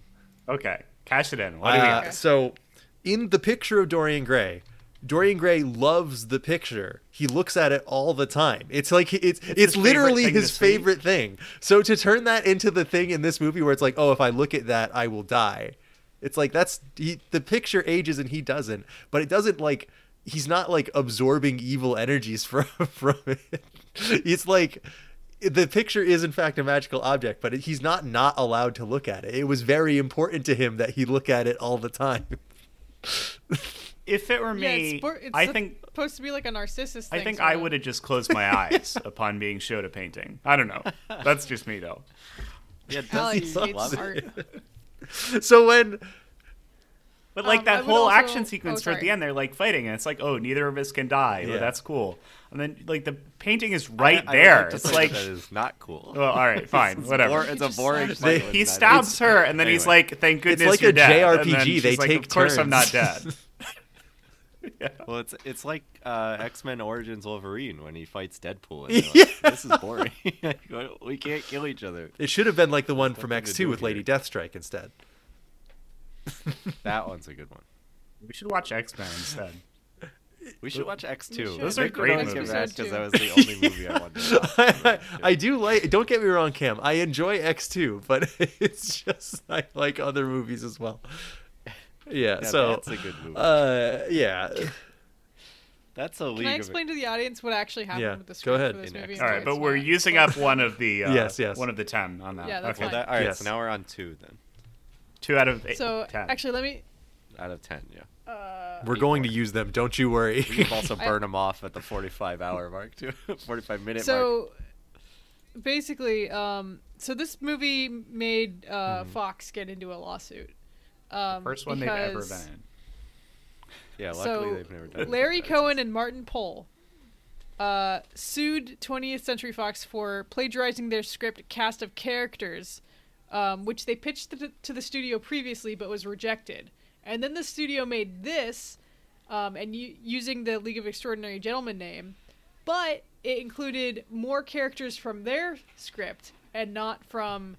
C: okay, cash it in. What do we
D: Uh,
C: got?
D: So, in the picture of Dorian Gray, Dorian Gray loves the picture. He looks at it all the time. It's like he- it's it's,
C: his favorite
D: literally
C: thing
D: his
C: to see.
D: favorite thing. So to turn that into the thing in this movie where it's like, oh, if I look at that, I will die. It's like that's he, the picture ages and he doesn't, but it doesn't like he's not like absorbing evil energies from from it. It's like the picture is in fact a magical object, but he's not not allowed to look at it. It was very important to him that he look at it all the time.
C: If it were
B: Yeah,
C: me,
B: it's, por- it's
C: I
B: sup-
C: think
B: supposed to be like a narcissist.
C: I
B: thing,
C: think
B: so
C: I would have just closed my eyes upon being showed a painting. I don't know. That's just me though.
A: Yeah,
B: Alex
A: does he
B: hates
A: love it?
B: art.
D: So when
C: But
B: Um,
C: like
B: I
C: that
B: would
C: whole
B: also-
C: action
B: oh,
C: sequence toward
B: sorry.
C: the end, they're like fighting, and it's like, oh, neither of us can die.
D: Yeah.
C: Well, that's cool. And then like the painting is right
A: I- I would
C: there.
A: to
C: it's
A: say
C: like,
A: that is not cool.
C: well, all right, fine,
A: Bor-
C: whatever.
A: it's a
B: just
A: boring.
B: slaps
A: fight
D: They-
A: with
C: He
A: that.
C: stabs her, and then he's
A: Anyway.
C: like, "Thank goodness
D: like
C: you're
D: a
C: dead." And then
D: JRPG,
C: she's
D: they
C: like,
D: take
C: "Of course, I'm not
D: turns.
C: dead."
A: Well, it's it's like uh, X Men Origins Wolverine when he fights Deadpool. And they're like, This is boring. Like, we can't kill each other.
D: it should have been like the one from
A: nothing to
D: X
A: do
D: two with
A: here.
D: Lady Deathstrike instead.
A: That one's a good one.
C: We should watch X Men instead.
A: We should watch X two.
B: should.
C: Those are great movies.
A: because that was the only movie I wanted. To watch.
D: I, I do like. Don't get me wrong, Cam. I enjoy X two, but it's just I like other movies as well. Yeah.
A: Yeah,
D: so
A: that's a good movie.
D: Uh, yeah.
A: That's a league.
B: Can I
A: of-
B: explain to the audience what actually happened
D: Yeah,
B: with the
D: go
B: script for
D: ahead.
B: this
A: In
B: movie?
A: X-
C: All right,
B: It's
C: but we're
B: fine.
C: using up one of the uh,
D: Yes, yes.
C: one of the ten on that.
B: Yeah, that's
C: okay,
B: fine.
A: All right,
D: Yes.
A: so now we're on two then,
C: two out of eight,
B: So
C: ten.
B: actually, let me.
A: out of ten. Yeah,
B: Uh,
D: We're going to use them. Don't you worry.
A: we can also
B: I-
A: burn them off at the forty-five hour mark too. forty-five minute mark.
B: so basically, um, so this movie made uh, Fox get into a lawsuit. Um,
C: first one they've ever
B: because-
C: been in.
A: Yeah, luckily
B: so
A: they've never done. it.
B: Larry
A: That's-
B: Cohen and Martin Pohl uh, sued 20th Century Fox for plagiarizing their script cast of characters, um, which they pitched to the, to the studio previously but was rejected. And then the studio made this, um, and u- using the League of Extraordinary Gentlemen name, but it included more characters from their script and not from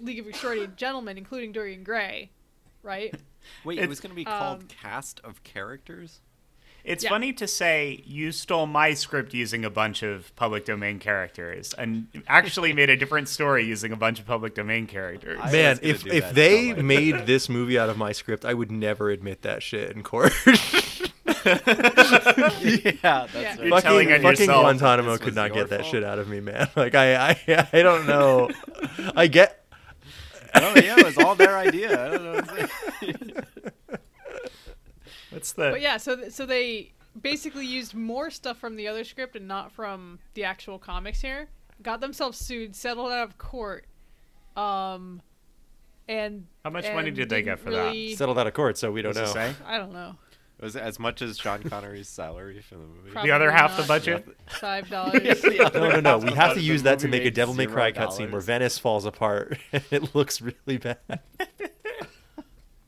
B: League of Extraordinary Gentlemen, including Dorian Gray, right?
A: Wait, it
C: It's-
A: was going to be called
B: um,
A: Cast of Characters.
C: It's
B: Yeah.
C: funny to say you stole my script using a bunch of public domain characters and actually made a different story using a bunch of public domain characters.
A: I-
D: Man,
A: was gonna
D: if
A: do
D: if
A: that,
D: they
A: so, like-
D: made this movie out of my script, I would never admit that shit in court.
A: yeah, that's
B: Yeah.
A: right.
C: You're telling
D: fucking
C: on
D: fucking
C: yourself that
D: Guantanamo
A: this
D: could
A: was
D: not
A: your
D: get that
A: fault.
D: shit out of me, man. Like I I, I don't know. I get
A: Oh yeah, it was all their idea. I don't know. what I'm saying.
C: What's the
B: But yeah, so th- so they basically used more stuff from the other script and not from the actual comics here. Got themselves sued, settled out of court. Um and
C: How much money
B: and
C: did they get
B: didn't
C: for that?
B: really-
D: settled out of court, so we don't
C: what's it
D: know.
C: say?
B: I don't know.
A: It was as much as Sean Connery's salary for the movie.
B: Probably
C: The other half the
B: not.
C: budget?
B: Five dollars.
D: No, no, no. We have to
A: The
D: use that to
A: movie
D: make a
A: made
D: Devil May Cry
A: $0.
D: cutscene where Venice falls apart and it looks really bad.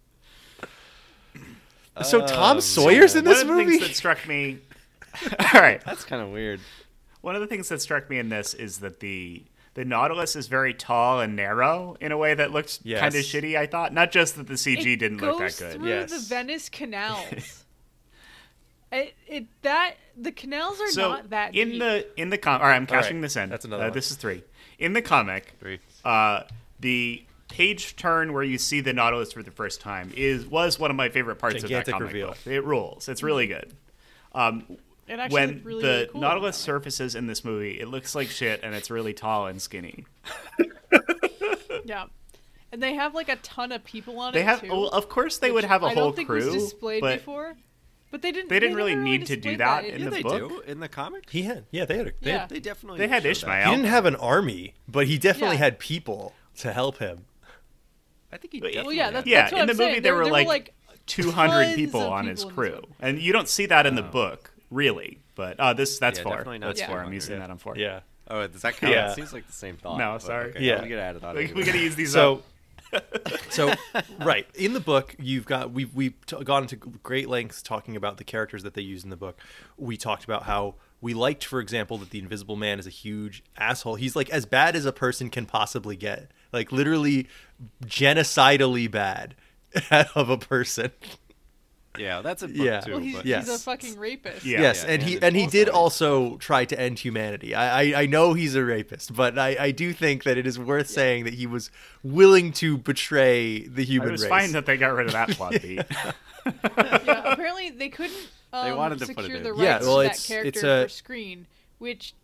D: so Tom
A: Um,
D: Sawyer's in
C: One
D: this
C: of the
D: movie?
C: things that struck me All right.
A: That's kind of weird.
C: One of the things that struck me in this is that the the Nautilus is very tall and narrow in a way that looked
D: Yes.
C: kind of shitty, I thought. Not just that the CG
B: It
C: E didn't look that
B: goes
C: good.
B: Through the
D: Yes.
B: Venice canals. it, it that the canals are
C: so
B: not that
C: in
B: deep.
C: the in the com- all right i'm
D: right,
C: cashing this in
D: that's another
C: Uh,
D: one.
C: this is three in the comic
A: Three.
C: uh the page turn where you see the nautilus for the first time is was one of my favorite parts of that
D: Gigantic
C: comic
D: reveal.
C: book. it rules it's really good um
B: it actually
C: when
B: looked really,
C: the
B: really cool
C: nautilus
B: down there.
C: surfaces in this movie it looks like shit and it's really tall and skinny
B: Yeah. and they have like a ton of people on
C: They
B: it
C: have,
B: too.
C: well, of course, they
B: which
C: would have a
B: I
C: whole
B: don't think
C: crew.
B: Was displayed
C: but
B: before, but they didn't.
C: they didn't
B: never
C: really need to do
B: displayed
C: that in
A: Yeah,
C: the
A: they
C: book?
A: do in the comic.
D: He had yeah they had a, they,
B: Yeah.
D: had-
A: They definitely
C: They had
A: show that.
C: Ishmael.
D: he didn't have an army, but he definitely
B: Yeah.
D: had people to help him.
A: I think he
C: Well,
A: definitely.
B: yeah,
A: had
B: that's-
A: that.
C: yeah,
B: what
C: in
B: I'm
C: the
B: saying.
C: movie
B: There-
C: there, were
B: there were,
C: like,
B: like,
C: 200
B: tons
C: people
B: of
C: on his
B: people in this
C: crew, and you don't see that in
D: Oh.
C: the book really. But uh, this that's
A: Yeah,
C: four.
A: definitely not
C: That's
B: Yeah.
C: four. I'm
A: 200.
C: using that on four.
D: Yeah.
A: Oh, does that count?
D: Yeah.
A: It seems like the same thought.
C: No,
A: but
C: sorry.
A: Okay,
D: Yeah.
A: we get out of that.
C: we,
A: anyway.
C: we gotta use these.
D: So
C: up.
D: so right in the book you've got we've we've t- gone into great lengths talking about the characters that they use in the book we talked about how we liked for example that the invisible man is a huge asshole he's like as bad as a person can possibly get like literally genocidally bad of a person
A: Yeah, that's a book
D: Yeah.
A: too.
B: Well, he's,
A: but-
D: Yeah.
B: he's
D: Yes.
B: a fucking rapist.
C: Yeah.
D: yes
A: yeah,
D: and
A: yeah,
D: he
A: they
D: and he
A: both
D: did
A: are.
D: also try to end humanity I, I i know he's a rapist but i i do think that it is worth saying that he was willing to betray the
C: I
D: human
C: was
D: race
C: fine that they got rid of that plot beat.
B: yeah, apparently they couldn't um,
A: wanted to put
B: secure
A: it in.
B: the rights
D: Yeah, well,
B: to
D: it's-
B: that character
D: it's a-
B: for screen, which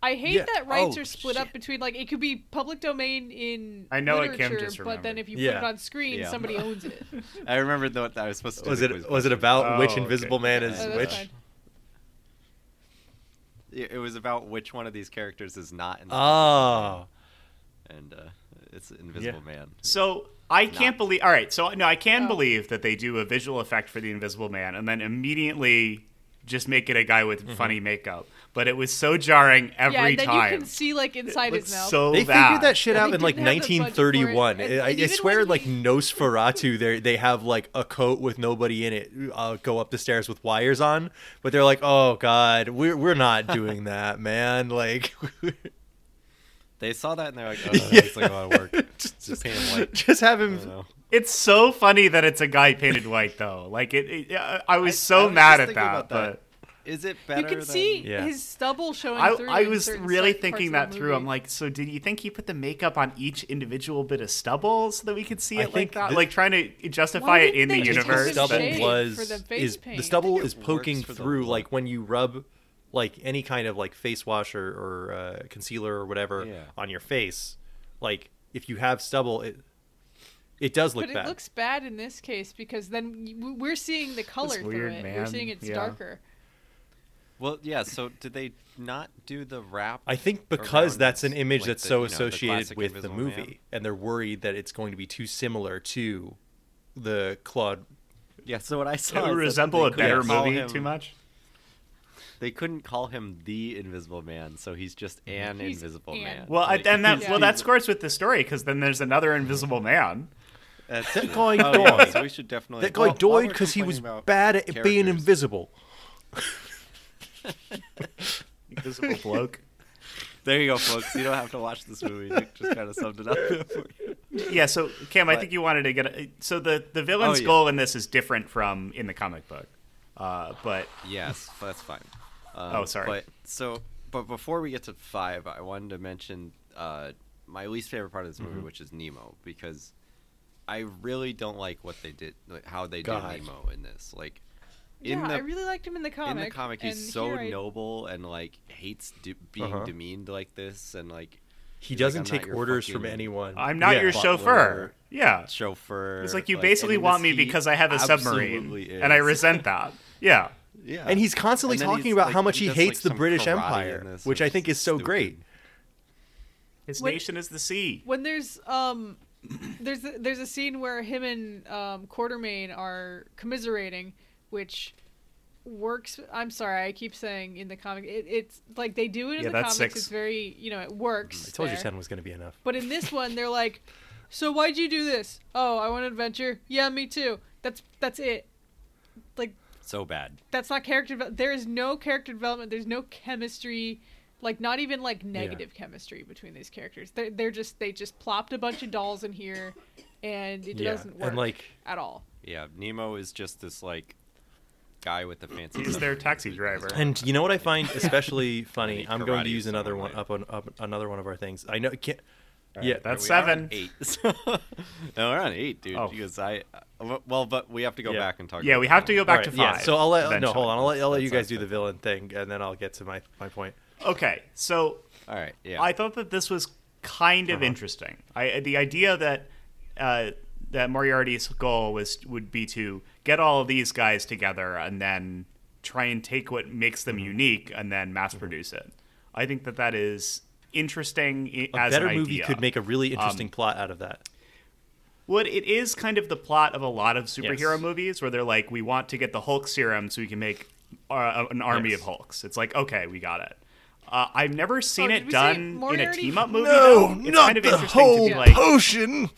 B: I hate
D: Yeah,
B: that rights
D: oh,
B: are split up
D: shit.
B: between like it could be public domain in
C: I know what
B: literature,
C: Kim just
B: but then
C: remembered.
B: if you put
D: Yeah.
B: it on screen,
A: Yeah.
B: somebody owns it. Oh,
A: I remembered what I was supposed to. do
D: was
A: the quiz
D: it was it
A: question.
D: about
C: Oh,
D: which
C: okay.
D: invisible man is
B: Oh, that's
D: which?
B: fine.
A: It it was about which one of these characters is not in the
D: Oh,
A: and uh, it's Invisible Man.
C: So I can't
A: Not-
C: believe. All right, so no, I can
B: Oh.
C: believe that they do a visual effect for the Invisible Man, and then immediately just make it a guy
D: Mm-hmm.
C: with funny makeup. But it was so jarring every
B: yeah, and then
C: time.
B: you can see like inside
C: Looks
B: his mouth.
C: so
D: they
C: bad.
D: figured that shit
B: And
D: out
B: they
D: in like
B: didn't have the budget for it.
D: 1931.
B: And- and
D: I, I
B: even
D: swear,
B: when
D: like
B: he-
D: Nosferatu, they they have like a coat with nobody in it, uh, go up the stairs with wires on. But they're like, oh god, we're we're not doing that, man. Like,
A: They saw that and they're like, "Oh, that looks like a lot of work."
D: just,
A: Just paint him white.
D: just have
A: I
D: him.
A: don't know.
C: It's so funny that it's a guy painted white, though. Like it, it I I was
A: I-
C: so
A: I was
C: mad
A: just
C: at
A: thinking
C: that,
A: about that.
C: but
A: Is it better?
B: you can
A: than-
B: see
D: Yeah.
B: his stubble showing
C: I,
B: through.
C: I
B: in
C: was
B: certain
C: really
B: parts of
C: thinking
B: the
C: that through. I'm
B: movie.
C: like, so did you think he put the makeup on each individual bit of stubble so that we could see
D: I
C: it like
D: think
C: that?
D: thi-
C: like trying to justify
B: Why
C: it in
B: didn't
C: the
B: they just
D: the
B: use
C: universe.
B: his
C: but-
D: stubble
B: shade
D: was
B: for the face
D: is the
B: paint.
D: stubble
A: I think it
D: is poking
A: works for the
D: through
A: look.
D: like when you rub like any kind of like face wash or, or uh, concealer or whatever
A: Yeah.
D: on your face like if you have stubble it it does look
B: but
D: bad
B: it looks bad in this case because then y- w- we're seeing the color through
C: weird,
B: it. We're
C: man.
B: seeing it's
C: Yeah.
B: darker.
A: Well, yeah. So did they not do the wrap?
D: I think because
A: around
D: that's an
A: his-
D: image
A: like
D: that's
A: the-
D: so
A: you know, the
D: associated
A: classic
D: with the
A: Invisible Man?
D: movie and they're worried that it's going to be too similar to the Claude
A: Yeah. So what I saw
C: It
A: is that
C: would resemble
A: they
C: a
A: couldn't
C: better
A: call
C: movie
A: him-
C: too much.
A: They couldn't call him the Invisible Man, so he's just an
B: Mm-hmm. He's
A: Invisible
B: an-
A: Man.
C: Well, I,
A: Like,
C: and that
B: Yeah.
C: well that scores with the story because then there's another invisible man.
A: that's
D: That
A: true.
D: guy
A: Oh, yeah,
D: died.
A: so we should definitely.
D: that guy
A: Well, while
D: died
A: we're
D: because he was
A: complaining about
D: bad at being
A: characters-
D: invisible
C: Invisible bloke.
A: There you go, folks. You don't have to watch this movie. Nick just kind of summed it up. for you.
C: yeah. So Cam, I
A: But-
C: think you wanted to get a, so the the villain's
A: Oh, yeah.
C: goal in this is different from in the comic book, uh, but
A: Yes, but that's fine. Um,
C: Oh, sorry.
A: But so, but before we get to five, I wanted to mention uh, my least favorite part of this movie,
C: Mm-hmm.
A: which is Nemo, because I really don't like what they did, like, how they
D: God.
A: did Nemo in this. Like, in
B: yeah,
A: the
B: I really liked him in the comic.
A: in the comic,
B: and
A: he's so
B: here I-
A: noble and like hates de- being
D: Uh-huh.
A: demeaned like this, and like He's
D: he
A: like,
D: doesn't
A: "I'm not
D: take
A: your
D: orders from
A: fucking-
D: anyone
C: I'm not
D: Yeah.
C: your
A: Butler.
C: chauffeur. Yeah.
A: chauffeur.
C: It's like you
A: and
C: basically
A: in
C: want
A: this, he
C: me because I have a submarine,
A: absolutely
C: and I
A: is.
C: resent that. Yeah.
A: Yeah,
D: and he's constantly
A: And then
D: talking
A: he's,
D: about
A: like,
D: how much he,
A: does, like,
D: hates the
A: some
D: British
A: karate in
D: Empire,
A: this,
D: which I think is so
A: stupid.
D: great.
C: His
B: Wait.
C: nation is the sea.
B: when there's um there's a, there's a scene where him and um, Quartermain are commiserating, which works. I'm sorry, I keep saying in the comic. It, it's like they do it in
C: Yeah,
B: the
C: that's
B: comics.
C: six.
B: It's very you know it works.
D: I told you
B: there.
D: Shannon was going to be enough.
B: But in this one, they're like, "So why'd you do this? Oh, I want an adventure. Yeah, me too. That's that's it. Like
A: so bad.
B: that's not character. devel- There is no character development. There's no chemistry. Like not even like negative chemistry between these characters. They're they're just they just plopped a bunch of dolls in here, and it
D: yeah,
B: doesn't work
D: and like
B: at all.
A: Yeah, Nemo is just this like guy with the fancy.
C: He's
A: stuff.
C: their taxi driver.
D: And you know what I find especially funny?
A: Maybe
D: I'm going to
A: karate
D: use
A: is
D: another
A: someone
D: one up on up another one of our things. I know. Can't, yeah,
C: right, that's
A: We are
C: seven.
A: on Eight. So, no, we're on eight, dude.
C: Oh.
A: Because I, uh, well, but we have to go
D: Yeah.
A: back and talk.
C: Yeah,
A: about
C: we
A: that
C: have to
A: one.
C: go back
D: All
C: to
D: right,
C: five.
D: Yeah, so I'll let no hold
C: eventually.
D: on. I'll let, I'll let
A: That
D: you guys
A: sounds
D: do the
A: good.
D: villain thing, and then I'll get to my my point.
C: Okay, so
A: All right. Yeah.
C: I thought that this was kind of interesting. I the uh, idea that uh, that Moriarty's goal was would be to get all of these guys together and then try and take what makes them unique and then mass produce it. I think that that is interesting
D: A
C: i- as
D: better
C: an
D: movie
C: idea. Um,
D: could make a really interesting plot out of that.
C: Well, it is kind of the plot of a lot of superhero
D: Yes.
C: movies where they're like, we want to get the Hulk serum so we can make uh, an army
D: Yes.
C: of Hulks. It's like, okay, we got it. Uh, I've never seen
B: Oh, did
C: it
B: we say
C: done in a
B: Moriarty?
C: team up movie. though. it's kind of interesting to be like,
D: potion.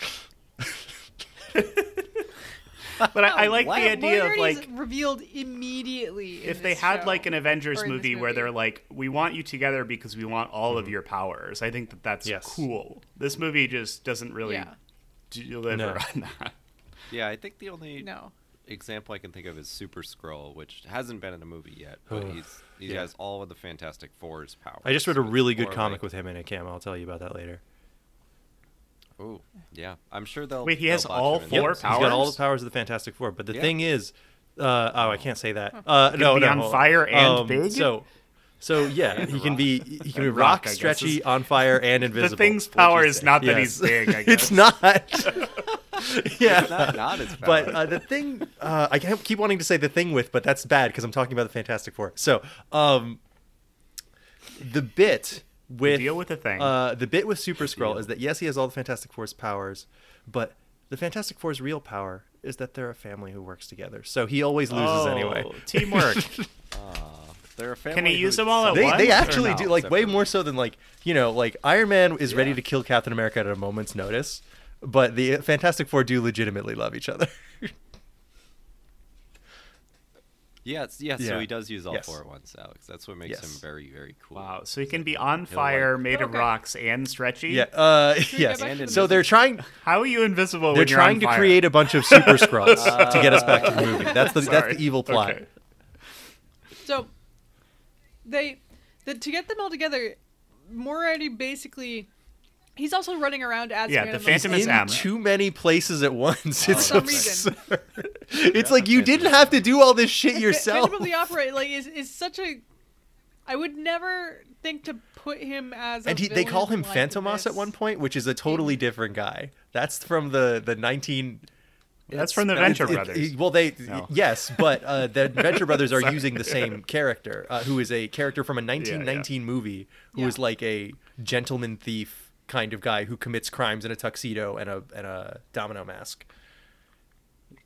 C: but I, I like
A: Wow,
C: the idea of
B: Moriarty's
C: like
B: revealed immediately. in
C: if they
B: this
C: had
B: show.
C: like an Avengers
B: or in this
C: movie, where
B: movie.
C: they're like, we want you together because we want all of your powers. I think that that's
D: Mm-hmm. Yes.
C: cool. This movie just doesn't really
B: Yeah.
C: deliver
D: No.
C: on that.
A: Yeah, I think the only
B: no.
A: example I can think of is Super Scroll, which hasn't been in a movie yet, but
D: Ugh.
A: he's he
D: Yeah.
A: has all of the Fantastic Four's powers.
D: I just read a really good
A: Or,
D: comic
A: like-
D: with him in it, Cam. I'll tell you about that later.
A: Oh, yeah. I'm sure they'll.
C: Wait, he
A: they'll
C: has
A: botch
C: all
A: him in the
D: Yep,
C: four
A: first
D: He's got all
C: powers?
D: the powers of the Fantastic Four. But the
A: Yeah.
D: thing is, uh, oh, I can't say that. Uh, no,
C: be
D: no,
C: on
D: hold
C: fire and
D: Um,
C: big?
D: So, so yeah,
A: And
D: he can
A: rock.
D: be he can be
C: Rock,
D: rock,
C: I guess,
D: stretchy,
C: is-
D: on fire, and invisible.
C: The thing's
D: What'd you
C: power is
D: say?
C: not that
D: Yes.
C: he's big. I guess.
D: it's not. yeah.
A: It's not, not as bad.
D: But uh, the thing, uh, I can't keep wanting to say the thing with, but that's bad because I'm talking about the Fantastic Four. So, um, the bit with
C: deal with the thing.
D: Uh, the bit with Super Skrull is that yes, he has all the Fantastic Four's powers, but the Fantastic Four's real power is that they're a family who works together. So he always loses
C: Oh,
D: anyway.
C: Teamwork.
A: Aw, they're a family.
C: he
A: who
C: use
A: is
C: them all at
D: They,
A: separate
C: once
D: they
C: or
D: actually
C: no?
D: do like way
A: Separately.
D: more so than like you know like Iron Man is ready
A: Yeah.
D: to kill Captain America at a moment's notice, but the Fantastic Four do legitimately love each other.
A: Yes, yes. So
D: Yeah.
A: he does use all
D: Yes.
A: four at once, Alex. That's what makes
D: Yes.
A: him very, very cool.
C: Wow. So he can be
A: He'll,
C: on fire,
A: like-
C: made of
B: Okay.
C: rocks, and stretchy.
D: yeah. Uh,
B: we go
D: yes.
B: back
A: to the
D: So they're
A: movie?
D: trying.
C: How are you invisible?
D: They're
C: Oh, when you're on
D: trying to
C: fire? Uh,
D: create a bunch of super scrolls to get us back to the movie. That's the
C: Sorry.
D: that's the evil plot.
C: Okay.
B: So they the, to get them all together, Moriarty basically he's also running around as
C: Yeah,
B: an
C: the
B: animal.
C: Phantom is
D: in
C: Am.
D: too many places at once. It's
B: some reason.
D: absurd. it's like you didn't have to do all this shit
B: Fa-
D: yourself.
B: Phantom of the Opera like is, is such a I would never think to put him as a
D: And he, they call
B: villain
D: him
B: like
D: Phantomos
B: this.
D: at one point, which is a totally different guy. That's from the the nineteen.
C: That's from the
A: It's-
C: Venture
D: it-
C: Brothers.
D: it- well, they
C: No.
D: yes, but uh, the Venture Brothers are
C: Sorry.
D: using the same character, uh, who is a character from a 1919 movie, who is
B: Yeah.
D: like a gentleman thief kind of guy who commits crimes in a tuxedo and a and a domino mask.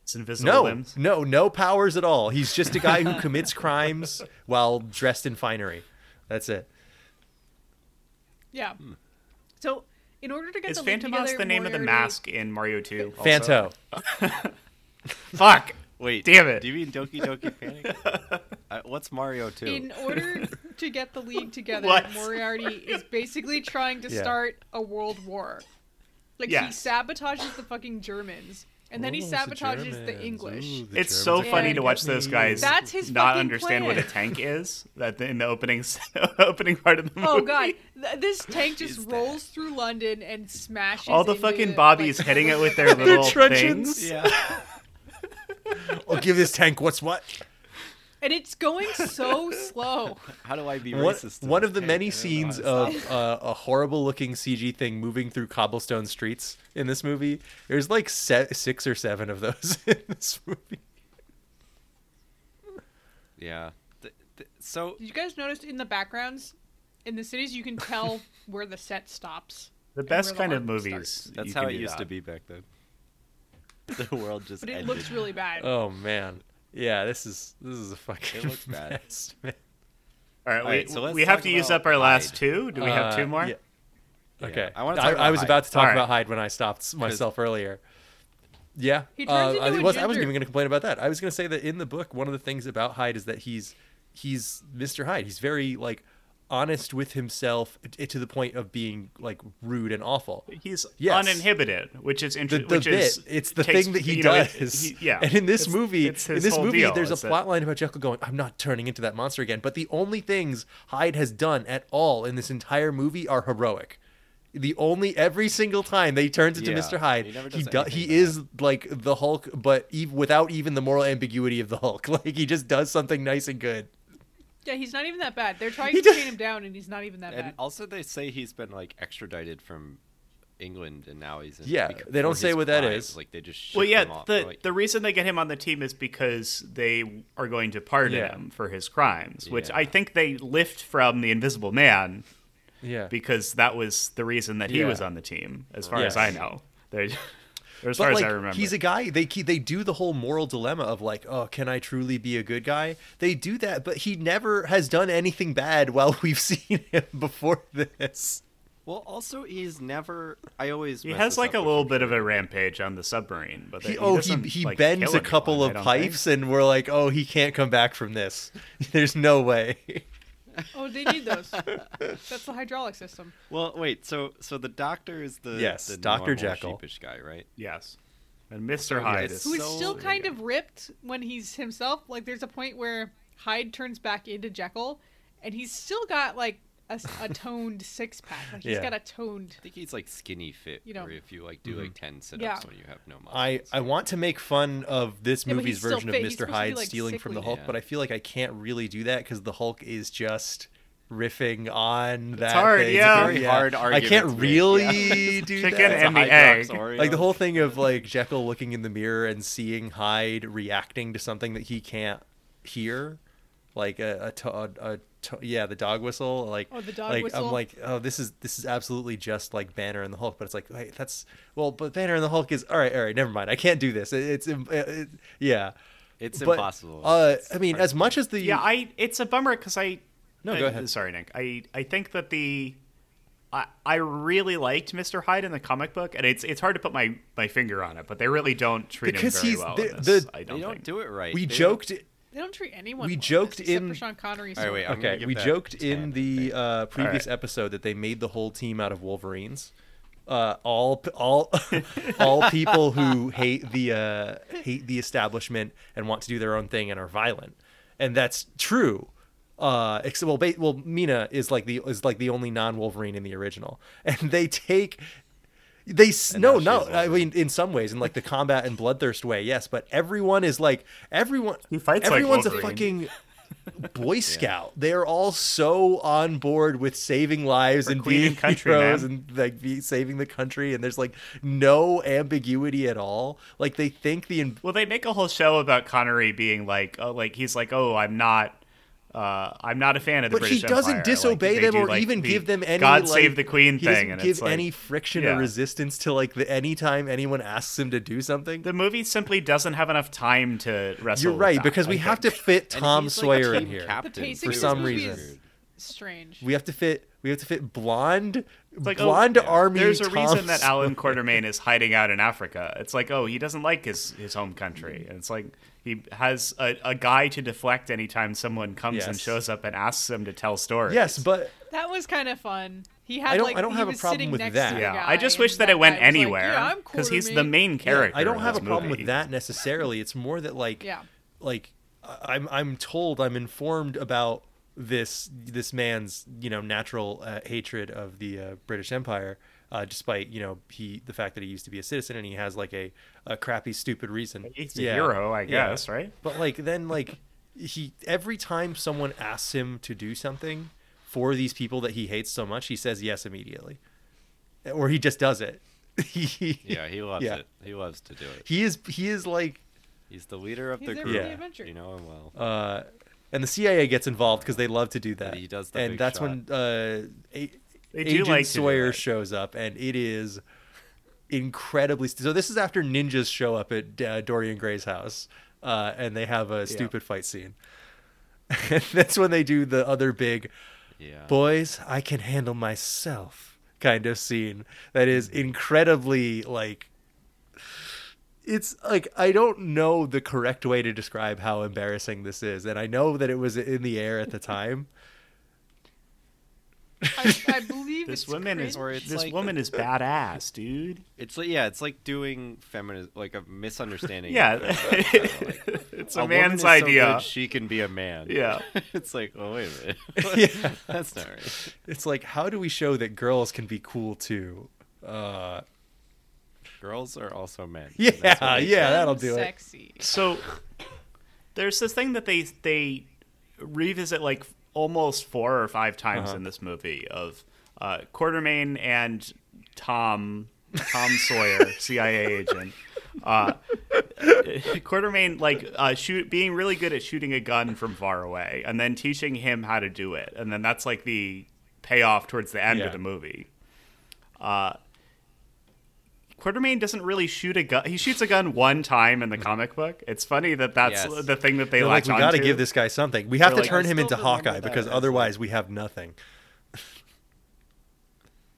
C: It's invisible
D: No,
C: limbs.
D: no, no powers at all. He's just a guy who commits crimes while dressed in finery. That's it.
B: Yeah. So in order to get
C: Hmm. Is
B: the league
C: Phantomos
B: together,
C: the name of the
B: Moriarty-
C: mask in Mario 2? also? Oh,
D: Fanto.
C: Fuck.
A: Wait,
C: Damn it.
A: Do you mean Doki Doki Panic? uh, what's Mario Two?
B: In order to get the league together,
C: What?
B: Moriarty is basically trying to
D: Yeah.
B: start a world war. Like
C: Yes.
B: he sabotages the fucking Germans, and then he sabotages the, English.
C: It's so
B: are
C: funny
B: gonna
C: to
B: get
C: watch those guys
B: That's his
C: not
B: fucking
C: understand what a
B: plan.
C: tank is that in the opening s- opening part of the movie.
B: Oh god, Th- this tank just
C: Is that-
B: rolls through London and smashes.
C: All the
B: into
C: fucking
B: like,
C: bobbies hitting it with their little
D: truncheons.
C: things.
A: Yeah.
D: I'll Oh, give this tank what's what.
B: and it's going so slow.
A: How do I be
D: One,
A: racist? to
D: one
A: this
D: of the
A: tank? I
D: many
A: don't know
D: scenes
A: how to stop
D: of uh, a horrible looking CG thing moving through cobblestone streets in this movie. There's like se- six or seven of those in this movie.
A: it. Yeah. Th- th- so
B: Did you guys notice in the backgrounds, in the cities, you can tell where the set stops.
C: The
B: and
C: best
B: where the
C: kind of
B: art starts.
C: movies.
A: that's
C: you
A: how
C: can
A: it
C: do
A: used
C: that.
A: to be back then. The world just
B: But it
A: ended.
B: looks really bad.
D: Oh man, yeah, this is this is a fucking
A: It looks bad.
D: mess, man.
C: All right,
A: All
C: we,
A: right, so let's
C: we have
A: talk
C: to use
A: about
C: up our last
A: Hyde.
C: two. Do we have
D: Uh,
C: two more?
D: yeah. Okay.
A: I wanna
D: I,
A: talk
D: I
A: about
D: was
A: Hyde.
D: about to talk
C: All right.
D: about Hyde when I stopped s- myself earlier. Yeah.
B: He turns
D: uh, I,
B: into a
D: was, I wasn't
B: ginger.
D: even going to complain about that. I was going to say that in the book, one of the things about Hyde is that he's he's Mr. Hyde. He's very like honest with himself t- to the point of being like rude and awful.
C: He's
D: Yes.
C: uninhibited, which is
D: The,
C: interesting.
D: the
C: which
D: bit,
C: is
D: it's the
C: takes-
D: thing that he
C: you know, it-
D: does.
C: he- yeah,
D: And in this
C: It's-
D: movie,
C: it's
D: in
C: his
D: this
C: whole
D: movie,
C: deal,
D: there's a
C: is that-
D: plot line about Jekyll going, "I'm not turning into that monster again." But the only things Hyde has done at all in this entire movie are heroic. The only every single time they turns into
A: Yeah,
D: Mr. Hyde,
A: he never
D: he
A: does
D: do,
A: anything
D: he
A: bad.
D: is like the Hulk, but ev- without even the moral ambiguity of the Hulk. Like he just does something nice and good.
B: Yeah, he's not even that bad. They're trying
D: He
B: to
D: does-
B: chain him down, and he's not even that
A: And
B: bad.
A: also, they say he's been like extradited from England and now he's in,
D: Yeah,
A: bec-
D: they don't
A: for
D: say
A: his
D: what that
A: crimes.
D: is.
A: Like they just ship
C: Well,
A: him
C: yeah,
A: off.
C: the
A: like,
C: the reason they get him on the team is because they are going to pardon
D: Yeah.
C: him for his crimes, which I
A: Yeah.
C: think they lift from the Invisible Man
D: Yeah.
C: because that was the reason that he
D: Yeah.
C: was on the team, as far
D: Yes.
C: as I know. They're, or as
D: But
C: far
D: like,
C: as I remember,
D: he's a guy. They ke- they do the whole moral dilemma of like, oh, can I truly be a good guy? They do that, but he never has done anything bad. While we've seen him before this,
A: well, also he's never. I always
C: he
A: mess
C: has
A: this up
C: like a
A: with
C: little
A: him.
C: bit of a rampage on the submarine, but
D: he,
C: he
D: oh he
C: doesn't,
D: he
C: like,
D: bends
C: kill
D: a couple
C: anyone, I
D: of
C: don't think.
D: pipes, and we're like, oh, he can't come back from this. There's no way.
B: Oh, they need those. That's the hydraulic system.
A: Well, wait. So so the doctor is the
D: Yes,
A: the
D: Dr.
A: normal
D: Jekyll.
A: sheepish guy, right?
C: Yes, and Mister Hyde
A: yes.
C: is
B: Who is
A: So-
B: still kind
A: yeah.
B: of ripped when he's himself. Like, there's a point where Hyde turns back into Jekyll, and he's still got like a, s- a toned six pack. Like he's
D: Yeah.
B: got a toned.
A: I think he's like skinny fit.
B: You know.
A: where if you like do like ten sit-ups
B: Yeah.
A: when you have no muscles.
D: Mm-hmm. I, I want to make fun of this
B: Yeah, but
D: movie's
B: he's still
D: version of
B: fit. He's
D: Mr.
B: supposed to be,
D: Hyde
B: like,
D: stealing from the
B: sickly.
D: Hulk,
A: Yeah.
D: but I feel like I can't really do that because the Hulk is just riffing on that.
C: hard,
D: thing.
C: yeah.
A: Very hard
D: I
A: arguments
D: can't
A: made,
D: really do
C: Chicken
D: that.
A: It's
C: and
A: a Hydrox
C: the egg.
A: Oreo.
D: like the whole thing of like Jekyll looking in the mirror and seeing Hyde reacting to something that he can't hear, like a a, to- a, a to- yeah the dog whistle like
B: Oh, the dog
D: like
B: whistle.
D: I'm like oh this is this is absolutely just like Banner and the Hulk but it's like wait that's well but Banner and the Hulk is all right all right never mind I can't do this it, it's im- it, it- yeah
A: It's
D: But,
A: impossible.
D: uh
A: It's
D: I mean
A: hard.
D: as much as the
C: yeah i it's a bummer because i
D: No,
C: I-
D: go ahead.
C: sorry nick i i think that the I, I really liked Mr. Hyde in the comic book, and it's it's hard to put my, my finger on it, but they really don't treat
D: Because
C: him very
D: he's-
C: well.
D: the-
C: in this,
D: the-
C: I
A: they
C: don't,
A: don't
C: think.
A: do it right. They
D: we
A: don't-
D: joked
B: They don't treat anyone.
D: We
B: well in this,
D: joked
B: except
D: in-
B: for Sean Connery.
A: All right, wait. I'm gonna
D: Okay,
A: give
D: we
A: that
D: joked
A: to
D: in
A: Tanner.
D: the uh, previous
C: Alright.
D: episode that they made the whole team out of Wolverines. Uh, all p- all all people who hate the uh, hate the establishment and want to do their own thing and are violent, and that's true. Uh, except well, ba- well, Mina is like the is like the only non Wolverine in the original, and they take they s
A: And now
D: no
A: she
D: no
A: is
D: I
A: Wolverine.
D: mean in some ways in like the combat and bloodthirst way yes, but everyone is like everyone
C: He fights like
D: everyone's a
C: Wolverine.
D: fucking Boy Scout. They are all so on board with saving lives and
C: queen
D: being
C: and country,
D: heroes
C: man.
D: and like be saving the country. And there's like no ambiguity at all. Like they think the in-
C: Well, they make a whole show about Connery being like, oh, like he's like, oh, I'm not. Uh, I'm not a fan of the
D: but
C: British
D: he doesn't
C: Empire." Like,
D: disobey
C: they
D: them
C: do,
D: or
C: like,
D: even
C: the
D: give them any
C: God
D: like,
C: save the Queen
D: he
C: thing,
D: doesn't
C: and
D: give
C: it's like,
D: any friction
C: yeah.
D: or resistance to like the anytime anyone asks him to do something.
C: The movie simply doesn't have enough time to wrestle.
D: You're
C: with
D: right
C: that,
D: because we
C: I
D: have
C: think.
D: to fit
A: And
D: Tom
A: he's, like, a
D: Sawyer in
A: team
D: here.
A: captain,
B: The pacing
A: too.
D: for
B: of this
D: some
B: movie
D: reason.
B: is strange.
D: We have to fit. We have to fit blonde,
C: like, oh,
D: blonde
C: yeah.
D: army.
C: There's a
D: Tom
C: reason that
D: Sawyer.
C: Alan Quartermain is hiding out in Africa. It's like, oh, he doesn't like his, his home country. And it's like he has a, a guy to deflect anytime someone comes and
D: Yes.
C: shows up and asks him to tell stories.
D: Yes, but
B: That was kind of fun. He had
D: I don't-
B: like
D: I don't
B: he
D: have a
B: was
D: problem
B: sitting
D: with
B: next
D: that.
B: To the
C: Yeah,
B: guy,
C: I just wish
B: and
C: that it went
B: guy was like, yeah,
C: anywhere
B: I'm cool
C: because
B: to
C: he's
B: me."
C: the main
D: Yeah,
C: character.
D: I don't
C: in
D: have a
C: this
D: problem
C: movie.
D: with that necessarily. It's more that like
B: Yeah.
D: like I- I'm I'm told I'm informed about this this man's you know natural uh, hatred of the uh, British Empire. Uh, despite you know he the fact that he used to be a citizen and he has like a, a crappy stupid reason
C: He's a hero, I
D: yeah.
C: guess, right?
D: but like then like he every time someone asks him to do something for these people that he hates so much he says yes immediately or he just does it
A: Yeah, he loves
D: Yeah.
A: it. He loves to do it.
D: he is he is like
A: He's the leader of
B: He's
A: the
B: there
A: crew.
D: for the Yeah.
B: adventure.
A: You know him well.
D: uh, and the CIA gets involved because they love to do that.
A: he does the
D: and
A: big
D: that's
A: shot.
D: when uh, a-
C: They do
D: Agent
C: like to do
D: Sawyer
C: that.
D: shows up, and it is incredibly. St- so this is after ninjas show up at uh, Dorian Gray's house, uh, and they have a stupid fight scene. And that's when they do the other big
A: yeah.
D: boys, I can handle myself kind of scene that is
C: Hmm.
D: incredibly like it's like I don't know the correct way to describe how embarrassing this is and I know that it was in the air at the time.
B: I, I believe
C: This
B: it's
C: woman is
A: Or
B: cringe.
A: it's
C: this
A: like-
C: woman is badass, dude.
A: It's like yeah, it's like doing feminism, like a misunderstanding. of
C: Yeah,
A: feminism.
C: it's a,
A: woman
C: man's
A: is so
C: idea.
A: good, she can be a man.
C: Yeah.
A: it's like, oh wait a minute,
D: yeah.
A: that's not right.
D: It's like how do we show that girls can be cool too? Uh
A: Girls are also men. and
D: yeah,
A: that's what makes
D: yeah,
A: it-
D: that'll do it.
B: Sexy.
C: so there's this thing that they they revisit like almost four or five times in this movie of uh, Quartermain and Tom, Tom Sawyer, CIA agent. Uh, Quartermain like uh, shoot being really good at shooting a gun from far away, and then teaching him how to do it, and then that's like the payoff towards the end
D: Yeah.
C: of the movie. Uh, Quartermain doesn't really shoot a gun. He shoots a gun one time in the comic book. It's funny that that's
A: Yes.
C: the thing that they
D: They're like,
C: latch
D: we got to
C: onto.
D: give this guy something. We have
C: They're
D: to
C: like,
D: turn
A: I
D: him
A: still
D: into
A: remember
D: Hawkeye
A: that
D: because
A: as, like-
D: otherwise we have nothing.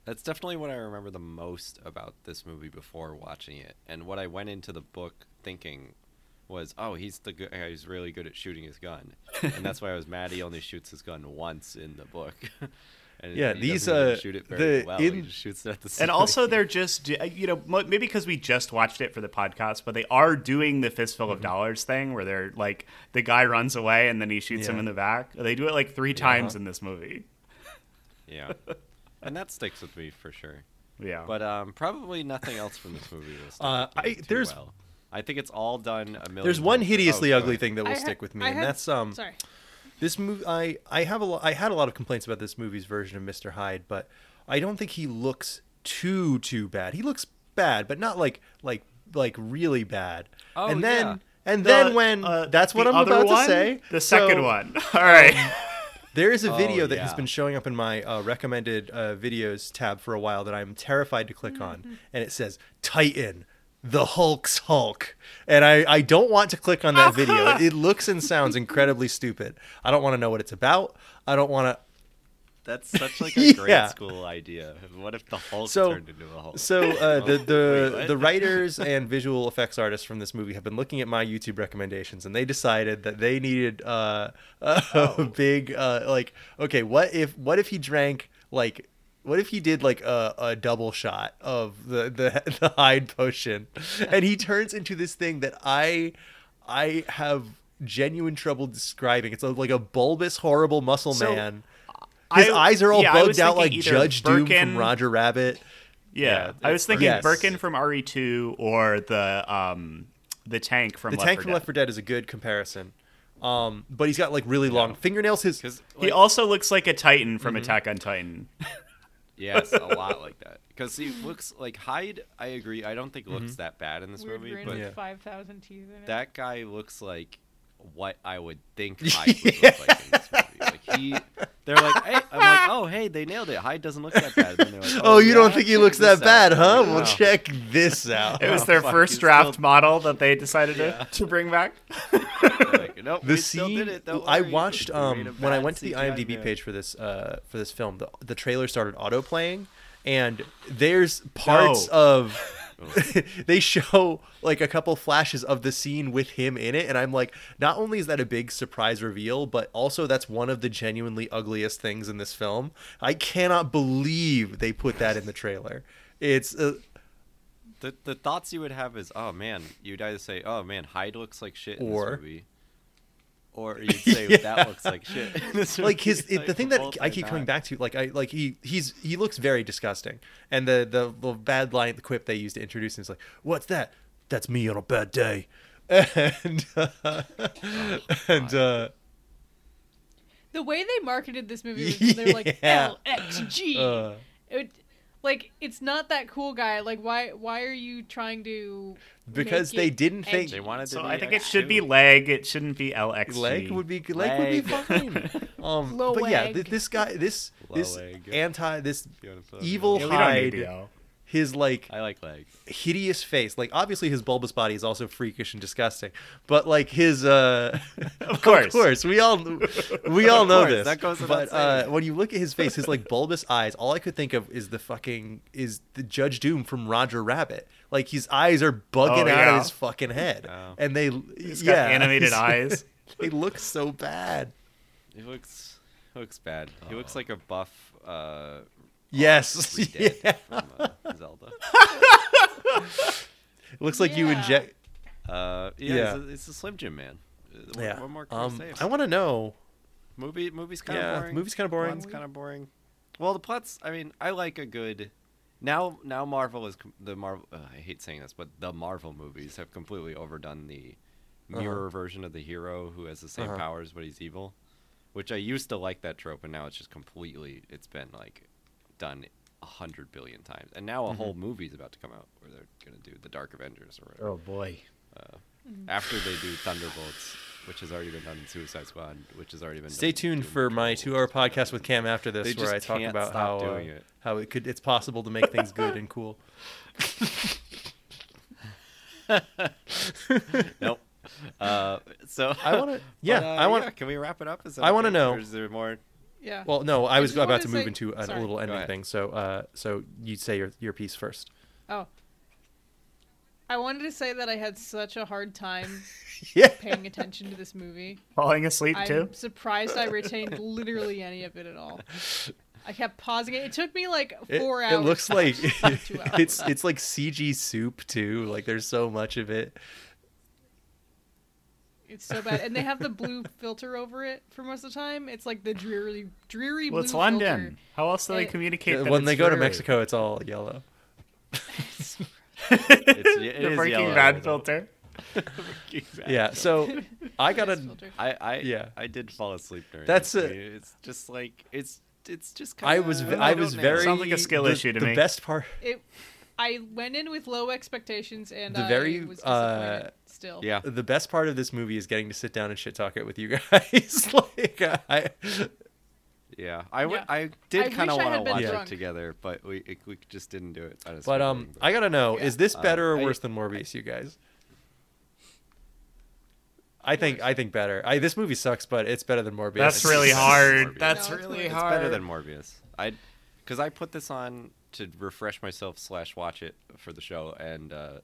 A: That's definitely what I remember the most about this movie before watching it. And what I went into the book thinking was, oh, he's the good, he's really good at shooting his gun. and that's why I was mad he only shoots his gun once in the book. and
D: Yeah,
A: he
D: these,
A: doesn't even
D: uh,
A: shoot it very
D: the-
A: well. He
D: in-
A: just shoots it at the
C: And
A: ceiling.
C: also, they're just uh, you know mo- maybe because we just watched it for the podcast, but they are doing the fistful
D: Mm-hmm.
C: of dollars thing where they're like the guy runs away and then he shoots him
D: Yeah.
C: in the back. They do it like three times in this movie.
A: yeah, and that sticks with me for sure.
C: Yeah,
A: But um, probably nothing else from this movie was.
D: Oh. Uh, I- there's-
A: well. I think it's all done a million.
D: There's one
A: times.
D: hideously
A: Oh, go
D: ugly
A: ahead.
D: thing that will
B: I ha-
D: stick with me,
B: I
D: and
B: had-
D: that's um
B: Sorry.
D: this movie. I I have a lo- I had a lot of complaints about this movie's version of Mr. Hyde, but I don't think he looks too too bad. He looks bad, but not like like like really bad.
A: Oh,
D: and then
A: yeah.
D: and
C: The,
D: then when
C: uh,
D: that's what
C: the
D: I'm
C: other
D: about to
C: one?
D: say.
C: The second
D: So, Um,
C: one. All right.
D: There is a
A: Oh,
D: video that has
A: yeah.
D: been showing up in my uh, recommended uh, videos tab for a while that I'm terrified to click on, and it says Titan, the Hulk's Hulk, and I, I don't want to click on that video. It, it looks and sounds incredibly stupid. I don't want to know what it's about. I don't want to.
A: That's such like a grade
D: Yeah.
A: school idea. What if the Hulk
D: So-
A: turned into a Hulk?
D: So uh, the the
A: Wait, what?
D: the writers and visual effects artists from this movie have been looking at my YouTube recommendations, and they decided that they needed uh, a
C: Oh.
D: big uh, like okay, what if what if he drank like. What if he did like a, a double shot of the, the the hide potion, and he turns into this thing that I I have genuine trouble describing. It's like a bulbous, horrible muscle
C: So,
D: man. His eyes are all
C: yeah, I was
D: bugged out like
C: thinking either
D: Judge Doom
C: Birkin-
D: from Roger Rabbit.
C: Yeah,
A: Yeah,
C: I was
A: it's
C: thinking
D: Birkin.
C: Birkin from RE2 or the um the tank from
D: the
C: Left
D: tank
C: 4
D: from
C: Dead.
D: Left 4 Dead is a good comparison. Um, but he's got like really long fingernails. His
A: 'Cause,
C: he
A: like-
C: also looks like a Titan from Attack on Titan.
A: Yes, a lot like that. Because he looks like Hyde. I agree. I don't think looks
D: Mm-hmm.
A: that bad in this
B: Weird
A: movie,
B: grin
A: but
B: with
D: Yeah.
B: five thousand teeth in it.
A: that guy looks like what I would think Hyde would look like in this movie. Like he, they're like, hey, I'm like, oh hey, they nailed it. Hyde doesn't look that bad. And then they're like,
D: oh, you
A: yeah,
D: don't think he
A: check
D: looks
A: this
D: that bad,
A: out."
D: huh?
A: Wow.
D: Well, check this out.
C: It was
A: Oh,
C: their
A: fuck,
C: first
A: he's
C: draft
A: still-
C: model that they decided
A: Yeah.
C: to, to bring back.
A: They're like, nope,
D: the
A: we still did
D: scene
A: it. Don't
D: I
A: worry.
D: watched
A: We
D: um
A: made a
D: when I
A: bad
D: went to the
A: CGI
D: IMDb
A: man."
D: page for this uh for this film, the, the trailer started auto playing, and there's parts
C: No.
D: of. they show like a couple flashes of the scene with him in it and i'm like not only is that a big surprise reveal but also that's one of the genuinely ugliest things in this film i cannot believe they put that in the trailer it's uh,
A: The the thoughts you would have is, oh man, you'd either say, oh man, Hyde looks like shit in
D: Or-
A: this movie, or you'd say
D: Yeah.
A: that looks like shit. In this
D: like his
A: movie.
D: it, the thing
A: both
D: that I
A: are
D: keep
A: not.
D: coming back to, like I like he he's he looks very disgusting, and the the, the bad line the quip they used to introduce him is like, "What's that? That's me on a bad day," and
A: Oh,
D: uh, and uh,
B: The way they marketed this movie was they're like
D: Yeah.
B: LXG.
D: uh,
B: it, like it's not that cool guy. Like why why are you trying to
D: Because
B: make
D: they
B: it
D: didn't think-
A: They
B: edgy?
A: wanted to
C: So
A: be
C: I think it
A: X
C: should be
A: two.
C: leg. It shouldn't be LXG.
D: leg would be leg would be
A: Leg.
D: fine. Um,
B: Low
D: but yeah,
B: leg.
D: th- this guy this
A: Low
D: this
A: leg.
D: anti this
A: You wanna put up
D: evil
A: your-
C: Yeah, we don't need E
D: hide
C: BL.
D: his like
A: I like legs.
D: hideous face. Like obviously his bulbous body is also freakish and disgusting, but like his uh
C: Of course.
D: of course, we all we all
A: Of
D: know
A: course,
D: this.
A: that goes without
D: but uh,
A: saying.
D: when you look at his face, his like bulbous eyes, all I could think of is the fucking is the Judge Doom from Roger Rabbit. Like his eyes are bugging out
C: Oh, yeah.
D: of his fucking head,
A: Oh.
D: and they
C: It's
D: yeah
C: got animated eyes.
D: they look so bad.
A: Oh, He looks looks bad. He looks like a buff. Uh,
D: Yes,
A: Red Dead
D: yeah.
A: from uh, Zelda.
D: looks like you
B: Yeah.
D: inject.
A: Uh, yeah,
D: Yeah.
A: It's, a, it's a Slim Jim man. Uh, What,
D: Yeah.
A: what more can
D: um,
A: we say?
D: I want to know.
A: movie movie's kind of
D: Yeah, the
A: boring.
D: movie's kinda boring.
A: Plot's kind of boring. Well, the plot's. I mean, I like a good. Now, now Marvel is com- the Marvel. Uh, I hate saying this, but the Marvel movies have completely overdone the mirror version of the hero who has the same
D: Uh-huh.
A: powers but he's evil, which I used to like that trope, and now it's just completely. It's been like done a hundred billion times, and now a
D: Mm-hmm.
A: whole movie's about to come out where they're gonna do the Dark Avengers or whatever.
E: Oh boy.
A: After they do Thunderbolts, which has already been done in Suicide Squad, which has already been. done
D: Stay
A: in
D: tuned
A: Doom
D: for my
A: Patrol.
D: two-hour podcast with Cam after
A: They
D: this, where
A: just
D: I talk
A: can't
D: about how
A: stop
D: uh,
A: doing it.
D: how it could it's possible to make things good and cool.
A: Nope. Uh, so
D: I wanna- yeah,
A: but, uh,
D: I wanna-
A: Can we wrap it up? Is that
D: I wanna
A: okay?
D: know.
A: Or is there more?
B: Yeah.
D: Well, no, I was
B: just wanted
D: about
B: to
D: to move
B: say-
D: into a
B: sorry.
D: little ending
A: ahead.
D: thing. So, uh, so you say your your piece first.
B: oh. I wanted to say that I had such a hard time
D: Yeah.
B: paying attention to this movie.
C: Falling asleep too.
B: I'm surprised I retained literally any of it at all. I kept pausing it. It took me like
D: It,
B: four
D: it
B: hours.
D: looks like
B: Two hours.
D: it's it's like CG soup too. Like there's so much of it.
B: It's so bad, and they have the blue filter over it for most of the time. It's like the dreary, dreary
C: Well,
B: blue
C: it's London.
B: filter.
C: How else do they
B: It-
A: Uh,
C: communicate? that
D: when
C: it's
D: they go to
C: dreary?
D: Mexico, it's all yellow.
A: It's, it
C: the
A: is
C: Breaking
A: yellow.
C: Bad filter.
D: Yeah. So I gotta.
B: Yes, filter.
A: I, I
D: Yeah.
A: I did fall asleep during.
D: That's
A: this.
D: a-
A: It's just like it's it's just. Kinda,
D: I was v- I
A: don't
D: was
A: know.
D: very
C: Sounds like a skill
D: the-
C: issue to
D: the
C: me.
D: best part.
B: It, I went in with low expectations, and
D: The
B: I
D: very,
B: was disappointed
D: uh,
B: still.
A: Yeah.
D: The best part of this movie is getting to sit down and shit talk it with you guys. like I,
A: Yeah, I, w-
B: Yeah.
A: I
B: I
A: did kind of
B: wish I
A: want
B: had
A: to
B: been
A: watch
B: drunk.
A: it together, but we it, we just didn't do it. Honestly,
D: but um, I gotta know:
B: Yeah.
D: is this
A: Uh,
D: better or
A: I-
D: worse than Morbius? You guys. I think I think better. I this movie sucks, but it's better than Morbius.
C: That's really
A: It's
C: hard.
A: Morbius.
C: That's
B: No, it's
C: really
B: weird.
A: it's
C: hard.
A: better than Morbius. I because I put this on to refresh myself slash watch it for the show, and uh,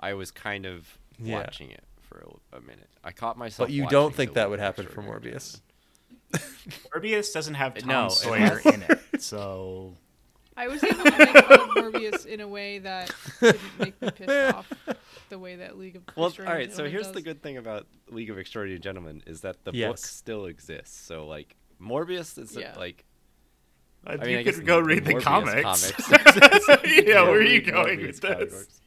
A: I was kind of
D: Yeah.
A: watching it for a, a minute. I caught myself.
D: But you
A: watching
D: don't
A: it
D: think
A: a
D: that
A: little
D: would happen for
A: extraordinary time.
D: Morbius.
C: Morbius doesn't have Tom
A: No, it
C: Sawyer in it, so
B: I was able to make fun of Morbius in a way that didn't make me pissed off the way that League of
A: Well, all
B: Extraordinary
A: right. So
B: Gentlemen
A: here's the
B: does.
A: good thing about League of Extraordinary Gentlemen is that the book
D: Yes.
A: still exists. So like Morbius is
B: Yeah.
A: like
C: uh,
A: I mean,
C: you
A: I guess
C: could go read the
A: Morbius
C: comics.
A: comics.
C: yeah, where are you
A: read
C: going
A: Morbius
C: with
A: comic
C: this?
A: books.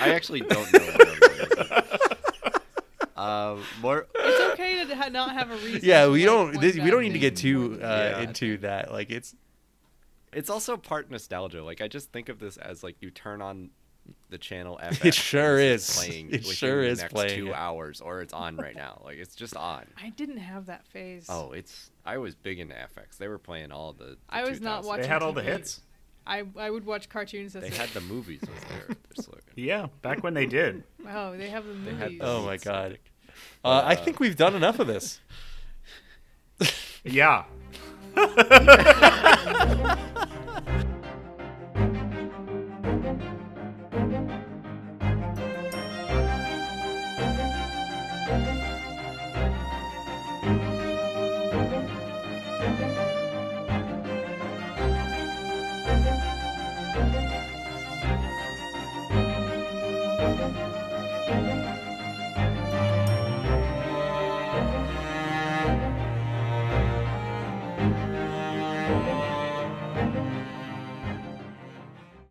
A: I actually don't know. Where I'm going with it. um, more.
B: It's okay to ha- not have a reason.
D: Yeah,
B: to,
D: we
B: like,
D: don't
B: point
D: this, we
B: bad
D: don't need to get
B: things
D: too uh,
B: towards
A: Yeah.
D: into that. Like it's
A: It's also part nostalgia. Like I just think of this as like you turn on the channel FX. and
D: It sure
A: this
D: is.
A: Playing
D: It
A: within
D: sure
A: the
D: is
A: next
D: playing
A: two
D: it.
A: hours, or it's on right now. Like it's just on.
B: I didn't have that phase.
A: Oh, it's. I was big into FX. They were playing all the. the
B: I was not
A: 2000s.
B: watching
C: They had all the
B: TV.
C: hits.
B: I I would watch cartoons. That's
A: They
B: it.
A: had the movies was their, their slogan.
C: Yeah, back when they did.
B: wow, "Oh, they have the movies.
A: had the-
D: oh my god. Uh, I think we've done enough of this.
C: Yeah.